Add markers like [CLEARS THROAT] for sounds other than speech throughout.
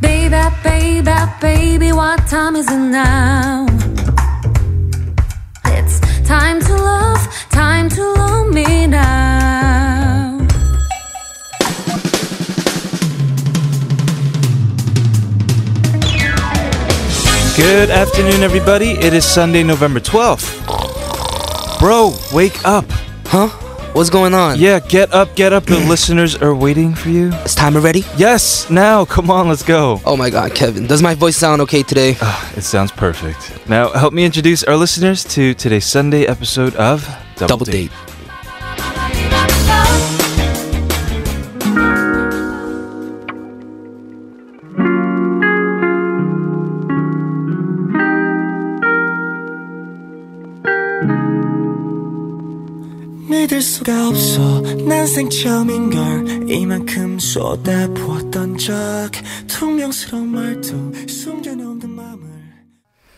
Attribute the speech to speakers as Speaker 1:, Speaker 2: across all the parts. Speaker 1: Baby, baby, baby, what time is it now? It's time to love, time to love me now.
Speaker 2: Good afternoon, everybody. It is Sunday, November 12th. Bro, wake up.
Speaker 3: Huh? What's going on?
Speaker 2: Yeah, get up, get [CLEARS THROAT] up. The listeners are waiting for you.
Speaker 3: It's time already?
Speaker 2: Yes, now, come on, let's go.
Speaker 3: Oh my god, Kevin. Does my voice sound okay today?
Speaker 2: Ah, it sounds perfect. Now, help me introduce our listeners to today's Sunday episode of
Speaker 3: Double date.
Speaker 4: 믿을 수가 없어 난 생처음인걸 이만큼 쏟아부었던 적 퉁명스러운 말투 숨겨놓은 마음을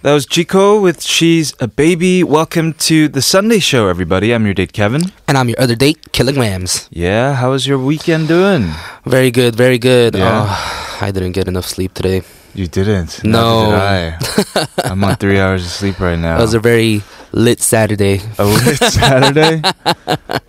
Speaker 2: That was Chico with She's a Baby. Welcome to the Sunday show, everybody. I'm your date, Kevin.
Speaker 3: And I'm your other date, Kilograms.
Speaker 2: Yeah, how was your weekend doing?
Speaker 3: Very good, very good.
Speaker 2: Yeah.
Speaker 3: Oh, I didn't get enough sleep today.
Speaker 2: You didn't.
Speaker 3: No.
Speaker 2: Neither [LAUGHS] did I. I'm on three hours of sleep right now.
Speaker 3: It was a very lit Saturday.
Speaker 2: [LAUGHS] Oh, it's Saturday.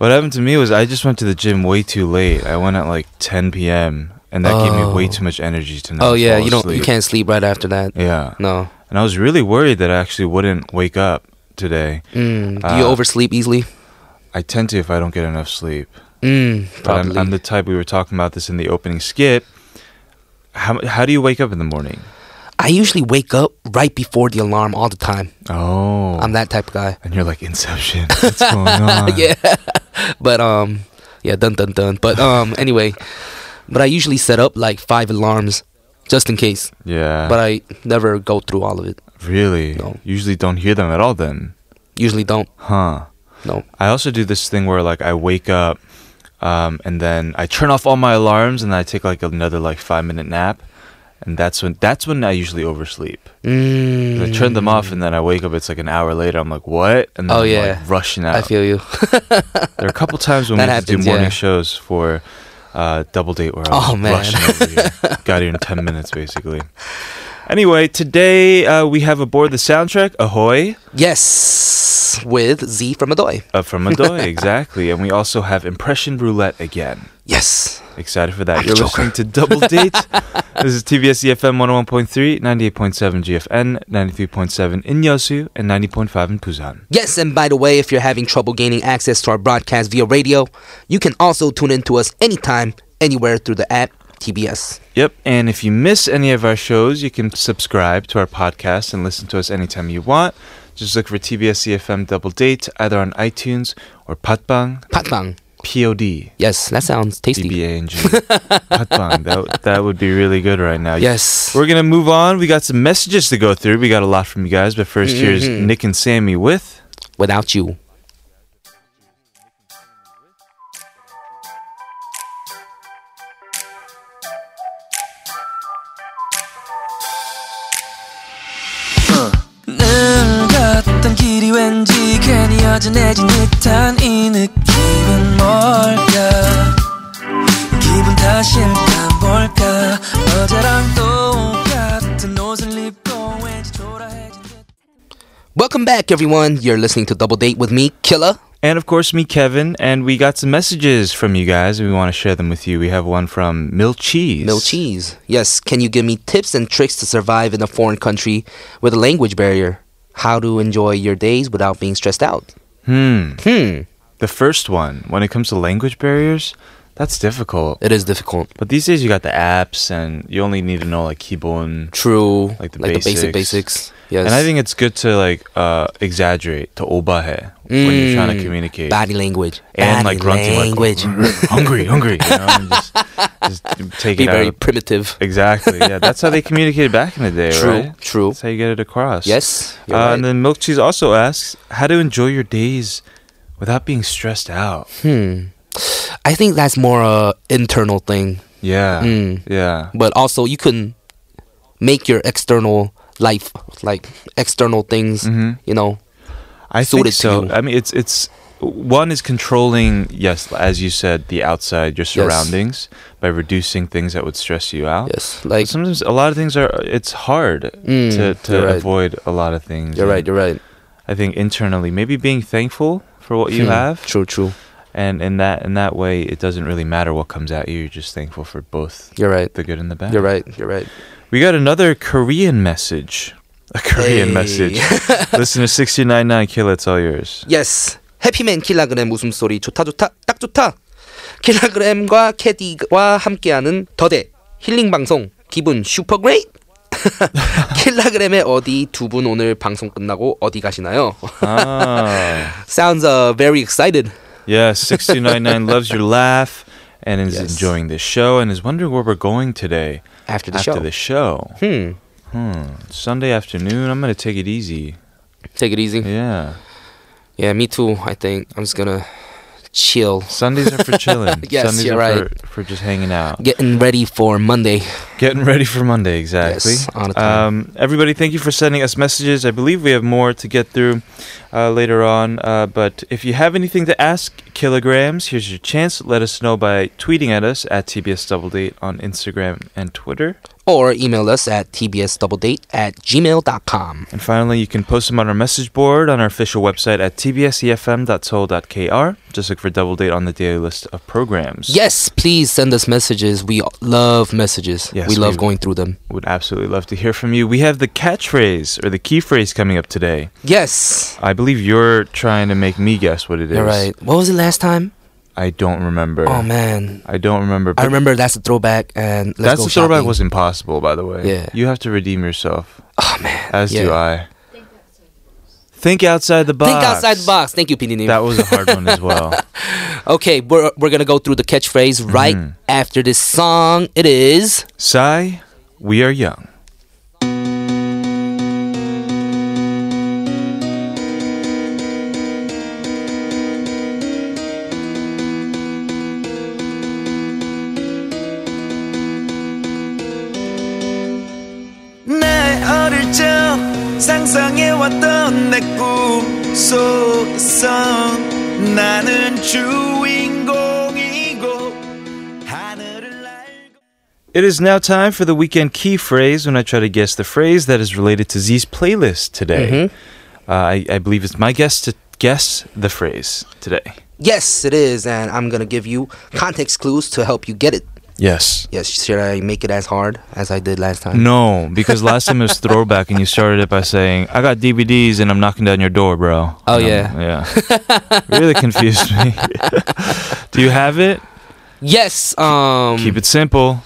Speaker 2: what happened to me was I just went to the gym way too late. I went at like 10 p.m. and that gave me way
Speaker 3: Oh.
Speaker 2: too much energy to not.
Speaker 3: Oh yeah,
Speaker 2: fall
Speaker 3: you don't
Speaker 2: asleep.
Speaker 3: you can't sleep right after that.
Speaker 2: Yeah,
Speaker 3: No.
Speaker 2: and I was really worried that I actually wouldn't wake up today.
Speaker 3: Mm, do you
Speaker 2: Uh,
Speaker 3: oversleep easily?
Speaker 2: I tend to if I don't get enough sleep.
Speaker 3: Mm,
Speaker 2: But I'm,
Speaker 3: probably.
Speaker 2: I'm the type we were talking about this in the opening skip. How how do you wake up in the morning?
Speaker 3: I usually wake up right before the alarm all the time.
Speaker 2: Oh,
Speaker 3: I'm that type of guy.
Speaker 2: and you're like
Speaker 3: [LAUGHS]
Speaker 2: Inception. What's going on?
Speaker 3: yeah. But um yeah, dun dun dun. But um anyway, but I usually set up like five alarms just in case.
Speaker 2: yeah.
Speaker 3: But I never go through all of it.
Speaker 2: really,
Speaker 3: No.
Speaker 2: usually don't hear them at all. Then,
Speaker 3: Usually don't.
Speaker 2: huh?
Speaker 3: No.
Speaker 2: I also do this thing where like I wake up um, and then I turn off all my alarms and I take like another like five minute nap. And that's when that's when I usually oversleep.
Speaker 3: Mm,
Speaker 2: I turn them off and then I wake up. It's like an hour later. I'm like, what? And then I'm
Speaker 3: Oh, yeah.
Speaker 2: like rushing out.
Speaker 3: I feel you.
Speaker 2: there are a
Speaker 3: [LAUGHS]
Speaker 2: couple times when we
Speaker 3: That
Speaker 2: used to do
Speaker 3: happens,
Speaker 2: morning
Speaker 3: yeah.
Speaker 2: shows for uh, double date where I was
Speaker 3: Oh, man.
Speaker 2: rushing over
Speaker 3: [LAUGHS]
Speaker 2: here. Got here in ten minutes basically. Anyway, today uh, we have aboard the soundtrack Ahoy.
Speaker 3: yes. With Z from Adoy.
Speaker 2: Uh, from
Speaker 3: [LAUGHS]
Speaker 2: Adoy, exactly. And we also have Impression Roulette again.
Speaker 3: Yes.
Speaker 2: Excited for that.
Speaker 3: I'm
Speaker 2: You're
Speaker 3: Joker.
Speaker 2: listening to
Speaker 3: [LAUGHS]
Speaker 2: Double Date. this is TBS EFM 101.3, 98.7 GFN, 93.7 in Yosu, and 90.5 in Busan.
Speaker 3: Yes, and by the way, if you're having trouble gaining access to our broadcast via radio, you can also tune in to us anytime, anywhere through the app TBS.
Speaker 2: Yep. And if you miss any of our shows, you can subscribe to our podcast and listen to us anytime you want. Just look for TBS EFM E Double Date either on iTunes or Patbang,
Speaker 3: Patbang.
Speaker 2: POD,
Speaker 3: Yes, that sounds tasty.
Speaker 2: DBANG. [LAUGHS] Patbang. That, would- that would be really good right now.
Speaker 3: Yes.
Speaker 2: We're going to move on. We got some messages to go through. We got a lot from you guys, but 1st here's
Speaker 3: Mm-hmm.
Speaker 2: Nick and Sammy with.
Speaker 3: Without you.
Speaker 4: 늘 걷던 길이 왠지 괜히 여전해진 듯한 이 느낌은 뭘까 기분 탓일까 뭘까 어제랑 똑같은 옷을 입고 왠지 초라해진 듯
Speaker 3: Welcome back, everyone. You're listening to Double Date with me, Killa.
Speaker 2: And of course, me, Kevin, and we got some messages from you guys, and we want to share them with you. We have one from Mil Cheese.
Speaker 3: Mill cheese. Yes. Can you give me tips and tricks to survive in a foreign country with a language barrier? How to enjoy your days without being stressed out?
Speaker 2: Hmm.
Speaker 3: Hmm.
Speaker 2: The first one, when it comes to language barriers, that's difficult.
Speaker 3: It is difficult.
Speaker 2: But these days, you got the apps, and you only need to know like Kibon.
Speaker 3: True.
Speaker 2: Like the
Speaker 3: basic
Speaker 2: basics.
Speaker 3: basics. Yes.
Speaker 2: And I think it's good to like uh, exaggerate to obahe when you're trying to
Speaker 3: Mm.
Speaker 2: communicate.
Speaker 3: body language.
Speaker 2: and
Speaker 3: body
Speaker 2: like grunting, [LAUGHS]
Speaker 3: language.
Speaker 2: like hungry, hungry. You know, and just, just take
Speaker 3: Be
Speaker 2: it
Speaker 3: very
Speaker 2: out.
Speaker 3: primitive.
Speaker 2: Exactly.
Speaker 3: [LAUGHS]
Speaker 2: Yeah, that's how they communicated back in the day,
Speaker 3: True.
Speaker 2: right?
Speaker 3: True.
Speaker 2: That's how you get it across.
Speaker 3: Yes.
Speaker 2: Uh,
Speaker 3: You're right.
Speaker 2: And then Milk Cheese also asks how to enjoy your days without being stressed
Speaker 3: [LAUGHS]
Speaker 2: out.
Speaker 3: hmm. I think that's more a internal thing,
Speaker 2: Yeah.
Speaker 3: Mm.
Speaker 2: Yeah.
Speaker 3: but also you can make your external life like external things.
Speaker 2: Mhm.
Speaker 3: You know.
Speaker 2: I
Speaker 3: So
Speaker 2: think
Speaker 3: it's
Speaker 2: so.
Speaker 3: you.
Speaker 2: I mean, it's it's one is controlling, yes, as you said, the outside, your surroundings by reducing things that would stress you out.
Speaker 3: Yes, like
Speaker 2: Sometimes a lot of things are, it's hard
Speaker 3: Mm,
Speaker 2: to, to
Speaker 3: you're right.
Speaker 2: avoid a lot of things.
Speaker 3: you're right,
Speaker 2: And
Speaker 3: you're right.
Speaker 2: I think internally, maybe being thankful for what you
Speaker 3: Hmm,
Speaker 2: have.
Speaker 3: True, true.
Speaker 2: And in that, in that way, it doesn't really matter what comes at you. You're just thankful for both
Speaker 3: You're right.
Speaker 2: the good and the bad.
Speaker 3: You're right. You're right.
Speaker 2: We got another Korean message. A Korean
Speaker 3: Hey. [LAUGHS]
Speaker 2: message. Listener 699 Kill, it's all yours.
Speaker 3: Yes. 해피맨 킬라그램 웃음소리 좋다 좋다 딱 좋다. 킬라그램과 캐디와 함께하는 더대 힐링 방송 기분 슈퍼 그레이트. [LAUGHS] 킬라그램에 어디 두 분 오늘 방송 끝나고 어디 가시나요? [LAUGHS]
Speaker 2: [LAUGHS] Ah.
Speaker 3: Sounds uh, very excited.
Speaker 2: yes, 699 loves your laugh and is
Speaker 3: Yes.
Speaker 2: enjoying this show and is wondering where we're going today
Speaker 3: After the
Speaker 2: after
Speaker 3: show.
Speaker 2: the show.
Speaker 3: Hmm.
Speaker 2: Hmm. Sunday afternoon, I'm going to take it easy.
Speaker 3: Take it easy.
Speaker 2: Yeah.
Speaker 3: Yeah, me too. I think I'm just gonna chill,
Speaker 2: Sundays are for chilling.
Speaker 3: [LAUGHS] Yes,
Speaker 2: Sundays
Speaker 3: you're
Speaker 2: are
Speaker 3: right.
Speaker 2: for, for just hanging out.
Speaker 3: getting ready for Monday.
Speaker 2: Getting ready for Monday, exactly.
Speaker 3: Yes, on a time.
Speaker 2: um, everybody, thank you for sending us messages. I believe we have more to get through uh, later on. Uh, but if you have anything to ask, kilograms, here's your chance. Let us know by tweeting at us at TBS Double Date on Instagram and Twitter.
Speaker 3: or email us at tbsdoubledate at gmail.com.
Speaker 2: And finally, you can post them on our message board on our official website at tbsefm.soul.kr. Just look for Double Date on the daily list of programs.
Speaker 3: Yes, please send us messages. We love messages.
Speaker 2: Yes,
Speaker 3: we love
Speaker 2: we-
Speaker 3: going through them.
Speaker 2: Would absolutely love to hear from you. We have the catchphrase or the key phrase coming up today.
Speaker 3: Yes.
Speaker 2: I believe you're trying to make me guess what it is.
Speaker 3: All right. What was it last time?
Speaker 2: I don't remember.
Speaker 3: Oh man,
Speaker 2: I don't remember. but
Speaker 3: I remember that's a throwback and
Speaker 2: That's
Speaker 3: let's go
Speaker 2: the throwback
Speaker 3: shopping.
Speaker 2: was impossible, by the way.
Speaker 3: Yeah.
Speaker 2: You have to redeem yourself.
Speaker 3: Oh man.
Speaker 2: As
Speaker 3: yeah.
Speaker 2: do I. Think outside the box.
Speaker 3: Think outside the box. Thank you, PD님.
Speaker 2: That was a hard one as
Speaker 3: [LAUGHS]
Speaker 2: well.
Speaker 3: okay, we're we're gonna go through the catchphrase
Speaker 2: Mm-hmm.
Speaker 3: right after this song. It is
Speaker 2: Sigh, we are young.
Speaker 4: 내 어릴 적 상상해왔던 내 꿈 속에서 나는 주인공이고 하늘을 날고
Speaker 2: It is now time for the weekend key phrase when I try to guess the phrase that is related to Z's playlist today.
Speaker 3: Mm-hmm.
Speaker 2: Uh, I, I believe it's my guess to guess the phrase today.
Speaker 3: yes, it is, and I'm gonna give you context clues to help you get it.
Speaker 2: Yes.
Speaker 3: Yes, should I make it as hard as I did last time?
Speaker 2: No, because last time it was throwback, and you started it by saying, "I got DVDs, and I'm knocking down your door, bro."
Speaker 3: Oh,
Speaker 2: And I'm- yeah. really confused me. Do you have it?
Speaker 3: Yes. Um.
Speaker 2: Keep it simple.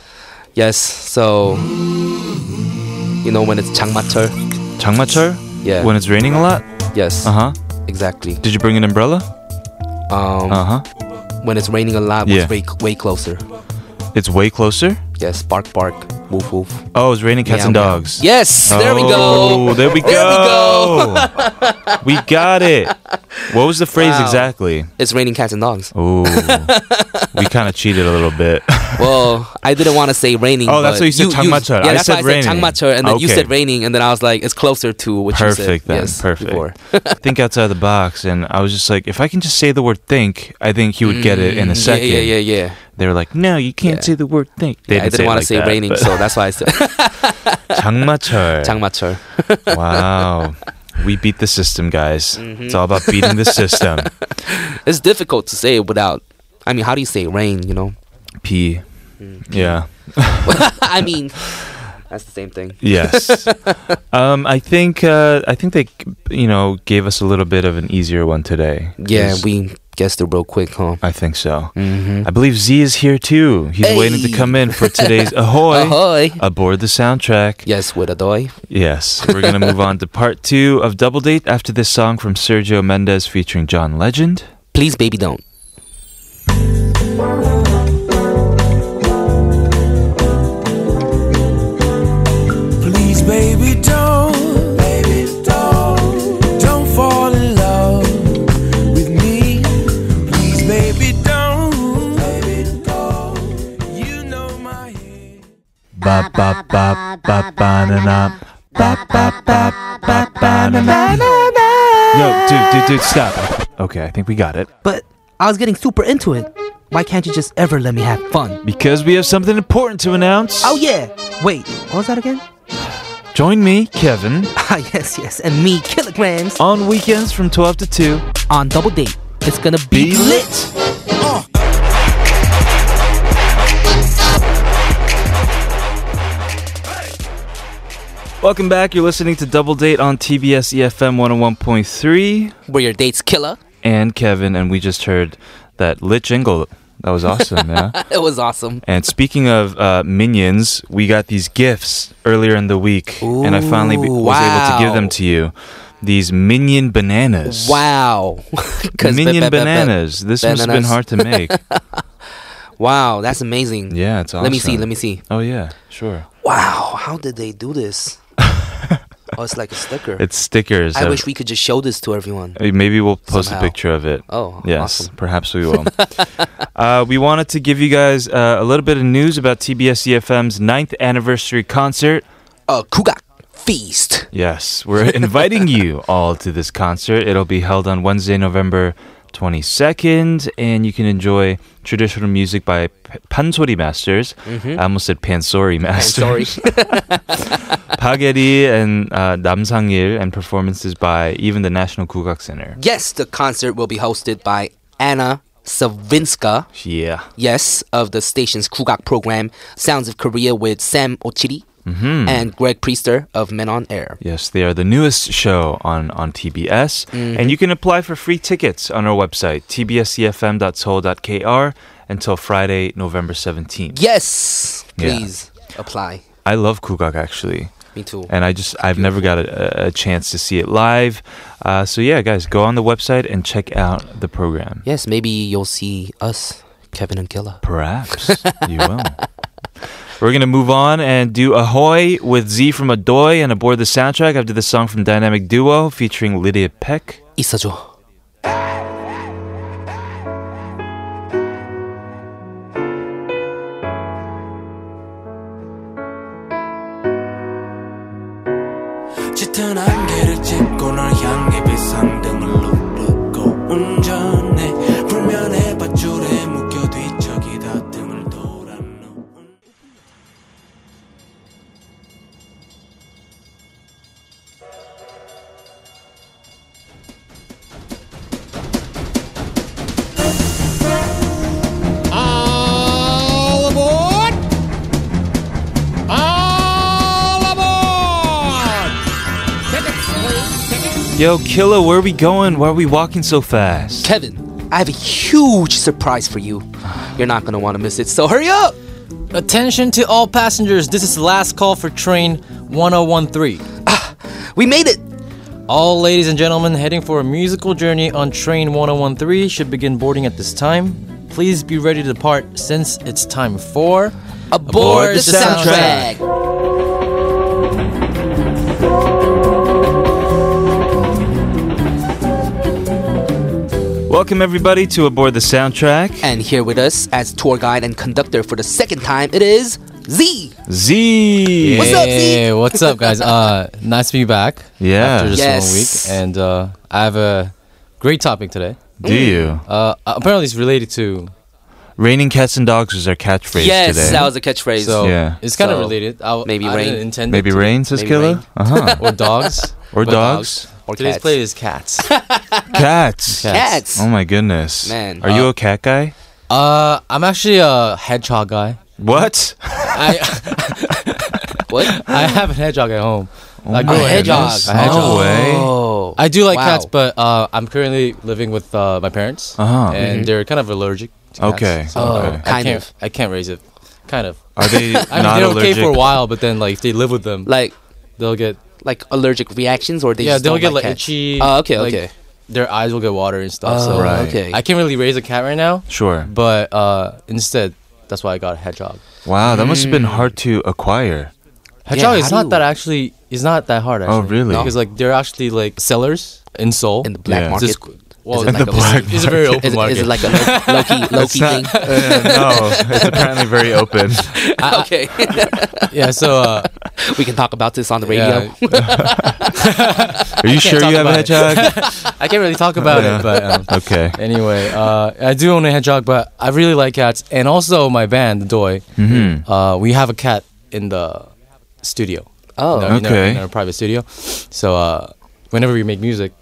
Speaker 3: Yes. So you know when it's 장마철.
Speaker 2: 장마철.
Speaker 3: Yeah.
Speaker 2: When it's raining a lot.
Speaker 3: yes.
Speaker 2: Uh huh.
Speaker 3: Exactly.
Speaker 2: Did you bring an umbrella?
Speaker 3: Um.
Speaker 2: Uh huh.
Speaker 3: When it's raining a lot, it's
Speaker 2: Yeah.
Speaker 3: way way closer.
Speaker 2: It's way closer.
Speaker 3: Yes. Bark bark. Woof woof.
Speaker 2: Oh, it's raining cats
Speaker 3: Meow,
Speaker 2: and
Speaker 3: meow.
Speaker 2: dogs.
Speaker 3: Yes. There we
Speaker 2: Oh,
Speaker 3: go.
Speaker 2: There we go.
Speaker 3: There
Speaker 2: we
Speaker 3: we
Speaker 2: got it. What was the phrase
Speaker 3: Wow.
Speaker 2: exactly?
Speaker 3: It's raining cats and dogs.
Speaker 2: Ooh. we kind of cheated a little bit. [LAUGHS]
Speaker 3: Well, I didn't want to say raining.
Speaker 2: Oh, that's what
Speaker 3: but
Speaker 2: you said, 장마철.
Speaker 3: Yeah,
Speaker 2: I
Speaker 3: that's
Speaker 2: said
Speaker 3: why I said
Speaker 2: raining.
Speaker 3: 장마철, and then you
Speaker 2: Okay.
Speaker 3: said raining, and then I was like, it's closer to what you
Speaker 2: perfect
Speaker 3: said.
Speaker 2: then.
Speaker 3: Yes,
Speaker 2: perfect.
Speaker 3: before.
Speaker 2: think outside the box, and I was just like, if I can just say the word think, I think he would get it in a
Speaker 3: Mm,
Speaker 2: second.
Speaker 3: Yeah, yeah, yeah, yeah.
Speaker 2: They were like, no, you can't say
Speaker 3: Yeah.
Speaker 2: the word think. They
Speaker 3: Yeah, I
Speaker 2: didn't
Speaker 3: didn't want to say, raining,
Speaker 2: [LAUGHS]
Speaker 3: so that's why I said
Speaker 2: 장마철.
Speaker 3: 장마철.
Speaker 2: [LAUGHS] wow. We beat the system, guys.
Speaker 3: Mm-hmm.
Speaker 2: It's all about beating the
Speaker 3: [LAUGHS]
Speaker 2: system.
Speaker 3: It's difficult to say it without. I mean, how do you say rain? You know, [LAUGHS]
Speaker 2: P.
Speaker 3: Mm,
Speaker 2: Yeah.
Speaker 3: I mean, that's the same thing. [LAUGHS]
Speaker 2: Yes. um, I think uh, I think they, you know, gave us a little bit of an easier one today.
Speaker 3: Yeah,
Speaker 2: 'Cause
Speaker 3: we guessed it real quick, huh?
Speaker 2: I think so.
Speaker 3: Mm-hmm.
Speaker 2: I believe Z is here too. He's waiting to
Speaker 3: Hey.
Speaker 2: come in for
Speaker 3: [LAUGHS]
Speaker 2: today's Ahoy!
Speaker 3: Ahoy!
Speaker 2: aboard the soundtrack.
Speaker 3: Yes, with Adoy.
Speaker 2: Yes, we're going to move on to part two of Double Date after this song from Sergio Mendez featuring John Legend.
Speaker 3: Please, baby, don't.
Speaker 4: Please, baby, don't, baby, don't, don't fall in love with me. Please, baby, don't, baby, don't. You know my head.
Speaker 2: Ba ba ba ba ba na na. Ba ba ba ba ba na na. Yo, dude, dude, dude, stop. Okay, I think we got it.
Speaker 3: But I was getting super into it. Why can't you just ever let me have fun?
Speaker 2: Because we have something important to announce.
Speaker 3: Oh yeah. Wait, what was that again? [LAUGHS]
Speaker 2: Join me, Kevin,
Speaker 3: Ah yes, yes, and me kilograms
Speaker 2: on weekends from 12 to 2.
Speaker 3: on double date. It's gonna be,
Speaker 2: Be
Speaker 3: lit.
Speaker 2: lit. Welcome back. You're listening to Double Date on TBS EFM 101.3
Speaker 3: Where your date's killer. [LAUGHS]
Speaker 2: and Kevin, and we just heard that lit jingle. That was awesome, yeah.
Speaker 3: [LAUGHS] It was awesome.
Speaker 2: And speaking of uh, minions, we got these gifts earlier in the week, and I finally be-
Speaker 3: Ooh,
Speaker 2: was able to give them
Speaker 3: wow.
Speaker 2: to you. These minion bananas.
Speaker 3: Wow. [LAUGHS] 'Cause
Speaker 2: Minion
Speaker 3: ba- ba- ba- ba-
Speaker 2: bananas. This must have been
Speaker 3: bananas.
Speaker 2: hard to
Speaker 3: [LAUGHS]
Speaker 2: make.
Speaker 3: Wow, that's amazing.
Speaker 2: yeah, it's awesome.
Speaker 3: Let me see. Let me see.
Speaker 2: Oh yeah, sure.
Speaker 3: Wow, how did they do
Speaker 2: [LAUGHS]
Speaker 3: this? oh, it's like a sticker.
Speaker 2: It's stickers.
Speaker 3: I
Speaker 2: of-
Speaker 3: wish we could just show this to everyone.
Speaker 2: Uh, Maybe we'll post
Speaker 3: Somehow.
Speaker 2: a picture of it.
Speaker 3: Oh,
Speaker 2: yes,
Speaker 3: awesome.
Speaker 2: perhaps we
Speaker 3: [LAUGHS]
Speaker 2: will. uh, we wanted to give you guys uh, a little bit of news about TBS EFM's E ninth anniversary concert.
Speaker 3: A kugak feast.
Speaker 2: Yes, we're [LAUGHS] inviting you all to this concert. It'll be held on Wednesday, November 22nd, and you can enjoy traditional music by P- Pansori Masters. I almost said Mm-hmm. Pansori
Speaker 3: I'm
Speaker 2: Masters.
Speaker 3: sorry.
Speaker 2: [LAUGHS] Pageri and uh, 남상일, and performances by even the National Kugak Center.
Speaker 3: yes, the concert will be hosted by Anna Savinska.
Speaker 2: Yeah.
Speaker 3: Yes, of the station's kugak program, Sounds of Korea with Sam Ochiri and Greg Priester of Men on Air.
Speaker 2: Yes, they are the newest show on, on TBS. And you can apply for free tickets on our website, tbscfm.soul.kr, until Friday, November 17th.
Speaker 3: Yes,
Speaker 2: Yeah.
Speaker 3: please apply.
Speaker 2: I love Kugak, actually.
Speaker 3: Me too.
Speaker 2: And I just, I've never got a, a chance to see it live. Uh, so, yeah, guys, go on the website and check out the program.
Speaker 3: yes, maybe you'll see us, Kevin and Killa. [LAUGHS]
Speaker 2: Perhaps you will. We're going to move on and do Ahoy with Z from Adoy and aboard the soundtrack after the song from Dynamic Duo featuring Lydia Peck.
Speaker 3: 있어줘.
Speaker 4: 짙은 안개를 찢고 널 향해 비상등을 누르고 운전해 불면의 밧줄에 묶여 뒤척이다 등을 돌아 놓은
Speaker 5: All aboard! All aboard! Tickets, please. Tickets.
Speaker 2: Yo, Killa, where are we going? Why are we walking so fast?
Speaker 3: Kevin, I have a huge surprise for you. You're not gonna wanna miss it, so hurry up!
Speaker 6: Attention to all passengers, this is the last call for train 1013.
Speaker 3: We made it!
Speaker 6: All ladies and gentlemen heading for a musical journey on train 1013 should begin boarding at this time. Please be ready to depart since it's time for.
Speaker 3: Aboard the
Speaker 6: the soundtrack.
Speaker 3: soundtrack!
Speaker 2: Welcome, everybody, to Aboard the Soundtrack.
Speaker 3: And here with us as tour guide and conductor for the second time, it is Z!
Speaker 2: Z!
Speaker 3: What's up, Z?
Speaker 6: Hey, what's up, guys? Uh, nice to be back.
Speaker 2: Yeah.
Speaker 6: After just
Speaker 3: Yes.
Speaker 6: one week. And uh, I have a great topic today.
Speaker 2: Do you?
Speaker 6: Uh, apparently, it's related to.
Speaker 2: Raining cats and dogs was our catchphrase
Speaker 3: Yes,
Speaker 2: today.
Speaker 3: that was a catchphrase.
Speaker 6: So
Speaker 2: Yeah.
Speaker 6: it's kind of
Speaker 3: So,
Speaker 6: related. I,
Speaker 3: maybe
Speaker 6: I
Speaker 3: rain.
Speaker 6: didn't intend it
Speaker 2: Maybe
Speaker 6: to-
Speaker 2: rain, says
Speaker 3: maybe
Speaker 2: Killa?
Speaker 3: rain.
Speaker 2: Uh-huh.
Speaker 3: [LAUGHS]
Speaker 6: or dogs
Speaker 2: Or
Speaker 6: But
Speaker 2: dogs.
Speaker 3: Or
Speaker 6: Today's
Speaker 3: cats.
Speaker 6: play is cats.
Speaker 2: cats.
Speaker 3: Cats!
Speaker 2: Oh, my goodness.
Speaker 3: Man.
Speaker 2: Are you a cat guy?
Speaker 6: uh, I'm actually a hedgehog guy.
Speaker 2: What?
Speaker 6: I
Speaker 3: What?
Speaker 6: I have a hedgehog at home. I
Speaker 2: Oh my
Speaker 6: grew a hedgehog.
Speaker 2: goodness.
Speaker 6: A hedgehog.
Speaker 2: No way.
Speaker 3: Oh.
Speaker 6: I do like
Speaker 3: Wow.
Speaker 6: cats, but uh, I'm currently living with uh, my parents,
Speaker 2: Uh-huh.
Speaker 6: and they're kind of allergic. To cats,
Speaker 2: Okay,
Speaker 6: so
Speaker 2: okay.
Speaker 6: I
Speaker 3: Oh. Kind
Speaker 6: can't,
Speaker 3: of.
Speaker 6: I can't raise it. Kind of. [LAUGHS]
Speaker 2: Are they not
Speaker 6: I mean, they're
Speaker 2: allergic?
Speaker 6: okay for a while, but then like if they live with them,
Speaker 3: Like,
Speaker 6: they'll get
Speaker 3: like allergic reactions, or they
Speaker 6: yeah,
Speaker 3: just
Speaker 6: they'll
Speaker 3: don't
Speaker 6: get like,
Speaker 3: like cats?
Speaker 6: itchy.
Speaker 3: Oh, okay,
Speaker 6: like,
Speaker 3: okay.
Speaker 6: Their eyes will get water and stuff.
Speaker 3: Oh,
Speaker 6: so
Speaker 2: Right.
Speaker 3: okay.
Speaker 6: I can't really raise a cat right now,
Speaker 2: Sure.
Speaker 6: but uh, instead, that's why I got a hedgehog.
Speaker 2: Wow, that must have been
Speaker 6: Mm.
Speaker 2: hard to acquire.
Speaker 6: Hedgehog
Speaker 3: Yeah,
Speaker 6: is
Speaker 3: how
Speaker 6: not
Speaker 3: do-
Speaker 6: that actually. It's not that hard. Actually.
Speaker 2: Oh, really? No.
Speaker 6: Because like they're actually like sellers in Seoul.
Speaker 3: in the black
Speaker 2: Yeah.
Speaker 3: market.
Speaker 6: This- Well,
Speaker 3: Is it like a-
Speaker 6: it's, it's a very open
Speaker 3: Is, it-
Speaker 6: market.
Speaker 3: is it like a low, key low
Speaker 2: It's
Speaker 3: key
Speaker 2: not-
Speaker 3: thing? Ah,
Speaker 2: uh, no, it's apparently very
Speaker 6: [LAUGHS]
Speaker 2: open.
Speaker 3: okay, [LAUGHS]
Speaker 6: yeah, so uh,
Speaker 3: we can talk about this on the radio.
Speaker 6: yeah,
Speaker 2: Are you sure
Speaker 6: talk
Speaker 2: you have a
Speaker 6: about it. [LAUGHS]
Speaker 2: hedgehog?
Speaker 6: I can't really talk about
Speaker 2: Yeah.
Speaker 6: it, but um,
Speaker 2: okay.
Speaker 6: anyway, uh, I do own a hedgehog, but I really like cats, and also my band, the Doi.
Speaker 2: Mm-hmm.
Speaker 6: Uh, we have a cat in the studio.
Speaker 3: Oh,
Speaker 6: in our- in our-
Speaker 2: Okay.
Speaker 6: in our private studio. So uh, whenever we make music,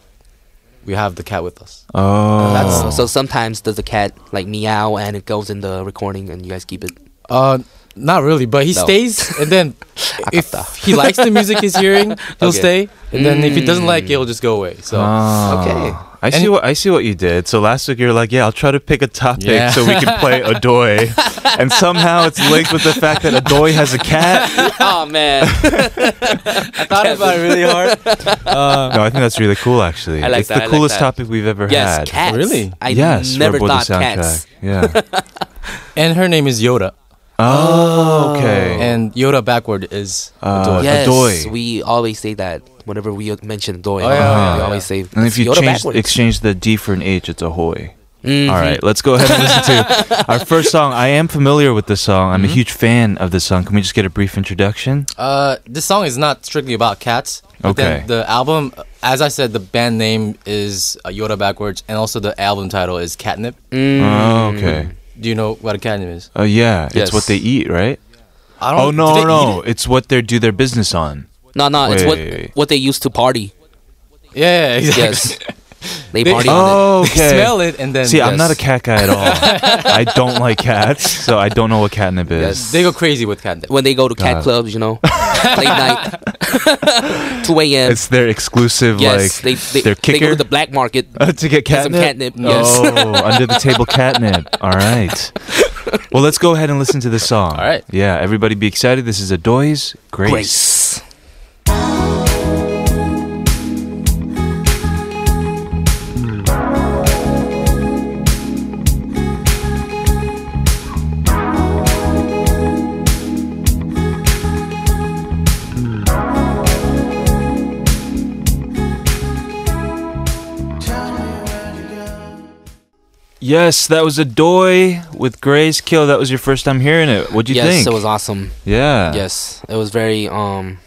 Speaker 6: we have the cat with us.
Speaker 2: Oh.
Speaker 3: So- so sometimes does the cat like meow and it goes in the recording and you guys keep it?
Speaker 6: Uh, not really, but he
Speaker 3: No.
Speaker 6: stays, and
Speaker 3: [LAUGHS]
Speaker 6: then if
Speaker 3: Akata.
Speaker 6: he likes the music he's
Speaker 3: [LAUGHS]
Speaker 6: hearing, he'll
Speaker 3: Okay.
Speaker 6: stay, and then if he doesn't like it,
Speaker 3: Mm.
Speaker 6: he'll just go away. So.
Speaker 2: Ah.
Speaker 3: Okay.
Speaker 2: I see
Speaker 6: Any-
Speaker 2: what I see what you did. So last week you were like, "Yeah, I'll try to pick a topic
Speaker 6: Yeah.
Speaker 2: so we can
Speaker 6: [LAUGHS]
Speaker 2: play Adoy," and somehow it's linked with the fact that Adoy has a cat.
Speaker 3: [LAUGHS] oh man,
Speaker 6: thought about it
Speaker 3: [LAUGHS]
Speaker 6: really hard.
Speaker 2: No, I think that's really cool. Actually,
Speaker 3: I
Speaker 2: it's
Speaker 3: like
Speaker 2: the
Speaker 3: that, I like
Speaker 2: coolest
Speaker 3: that.
Speaker 2: topic we've ever had.
Speaker 3: yes, cats.
Speaker 6: Really?
Speaker 3: I
Speaker 2: yes,
Speaker 3: never
Speaker 2: for
Speaker 3: thought
Speaker 2: Boulder
Speaker 3: cats.
Speaker 2: soundtrack.
Speaker 3: [LAUGHS]
Speaker 2: Yeah.
Speaker 6: And her name is Yoda,
Speaker 2: Oh, okay.
Speaker 6: and Yoda backward is
Speaker 2: Uh,
Speaker 6: Adoy.
Speaker 3: Yes,
Speaker 2: Adoy.
Speaker 3: we always say that whenever we mention doi.
Speaker 6: Oh, yeah, yeah,
Speaker 3: we
Speaker 6: yeah.
Speaker 3: always say.
Speaker 2: and
Speaker 3: "It's
Speaker 2: if you
Speaker 3: Yoda
Speaker 2: change
Speaker 3: backwards."
Speaker 2: exchange the D for an H, it's Ahoy.
Speaker 3: Mhm.
Speaker 2: All right, let's go ahead and listen
Speaker 3: [LAUGHS]
Speaker 2: to our first song. I am familiar with this song. I'm a
Speaker 3: Mm-hmm.
Speaker 2: huge fan of this song. Can we just get a brief introduction?
Speaker 6: Uh, this song is not strictly about cats. but then
Speaker 2: Okay.
Speaker 6: the album, as I said, the band name is uh, Yoda backwards, and also the album title is Catnip.
Speaker 3: Mm.
Speaker 2: Oh, okay.
Speaker 6: Do you know what a catnip is?
Speaker 2: Uh, yeah, it's
Speaker 6: Yes.
Speaker 2: what they eat, right?
Speaker 6: I
Speaker 2: Oh
Speaker 6: do they
Speaker 2: no,
Speaker 6: eat
Speaker 2: no,
Speaker 6: it?
Speaker 2: it's what they do their business on.
Speaker 3: No, no, it's what
Speaker 2: Wait.
Speaker 3: what they used to party.
Speaker 6: Yeah, yeah, exactly.
Speaker 3: Yes, they
Speaker 6: [LAUGHS] They-
Speaker 3: party on [LAUGHS]
Speaker 2: Oh,
Speaker 6: They smell it and then
Speaker 2: See, I'm
Speaker 6: yes.
Speaker 2: not a cat guy at all. I don't like cats, so I don't know what catnip is.
Speaker 3: Yes.
Speaker 6: They go crazy with
Speaker 3: it
Speaker 6: catnip.
Speaker 3: when they go to
Speaker 2: God.
Speaker 3: cat clubs.
Speaker 2: [LAUGHS]
Speaker 3: You know, late night, [LAUGHS] two a.m.
Speaker 2: It's their exclusive,
Speaker 3: yes,
Speaker 2: like
Speaker 3: they they,
Speaker 2: their
Speaker 3: they go
Speaker 2: kicker
Speaker 3: to the black
Speaker 2: [LAUGHS]
Speaker 3: market.
Speaker 2: to get
Speaker 3: Get some
Speaker 2: catnip.
Speaker 3: catnip, yes. [LAUGHS]
Speaker 2: Oh, under the table catnip. All right. Well, let's go ahead and listen to this song.
Speaker 6: All right.
Speaker 2: Yeah, everybody be excited. This is Adoy's Grace.
Speaker 3: Grace.
Speaker 2: Yes, that was Adoy with Grace Kill. That was your first time hearing it. What'd you
Speaker 3: yes,
Speaker 2: think?
Speaker 3: it was awesome.
Speaker 2: yeah.
Speaker 3: Yes, it was very um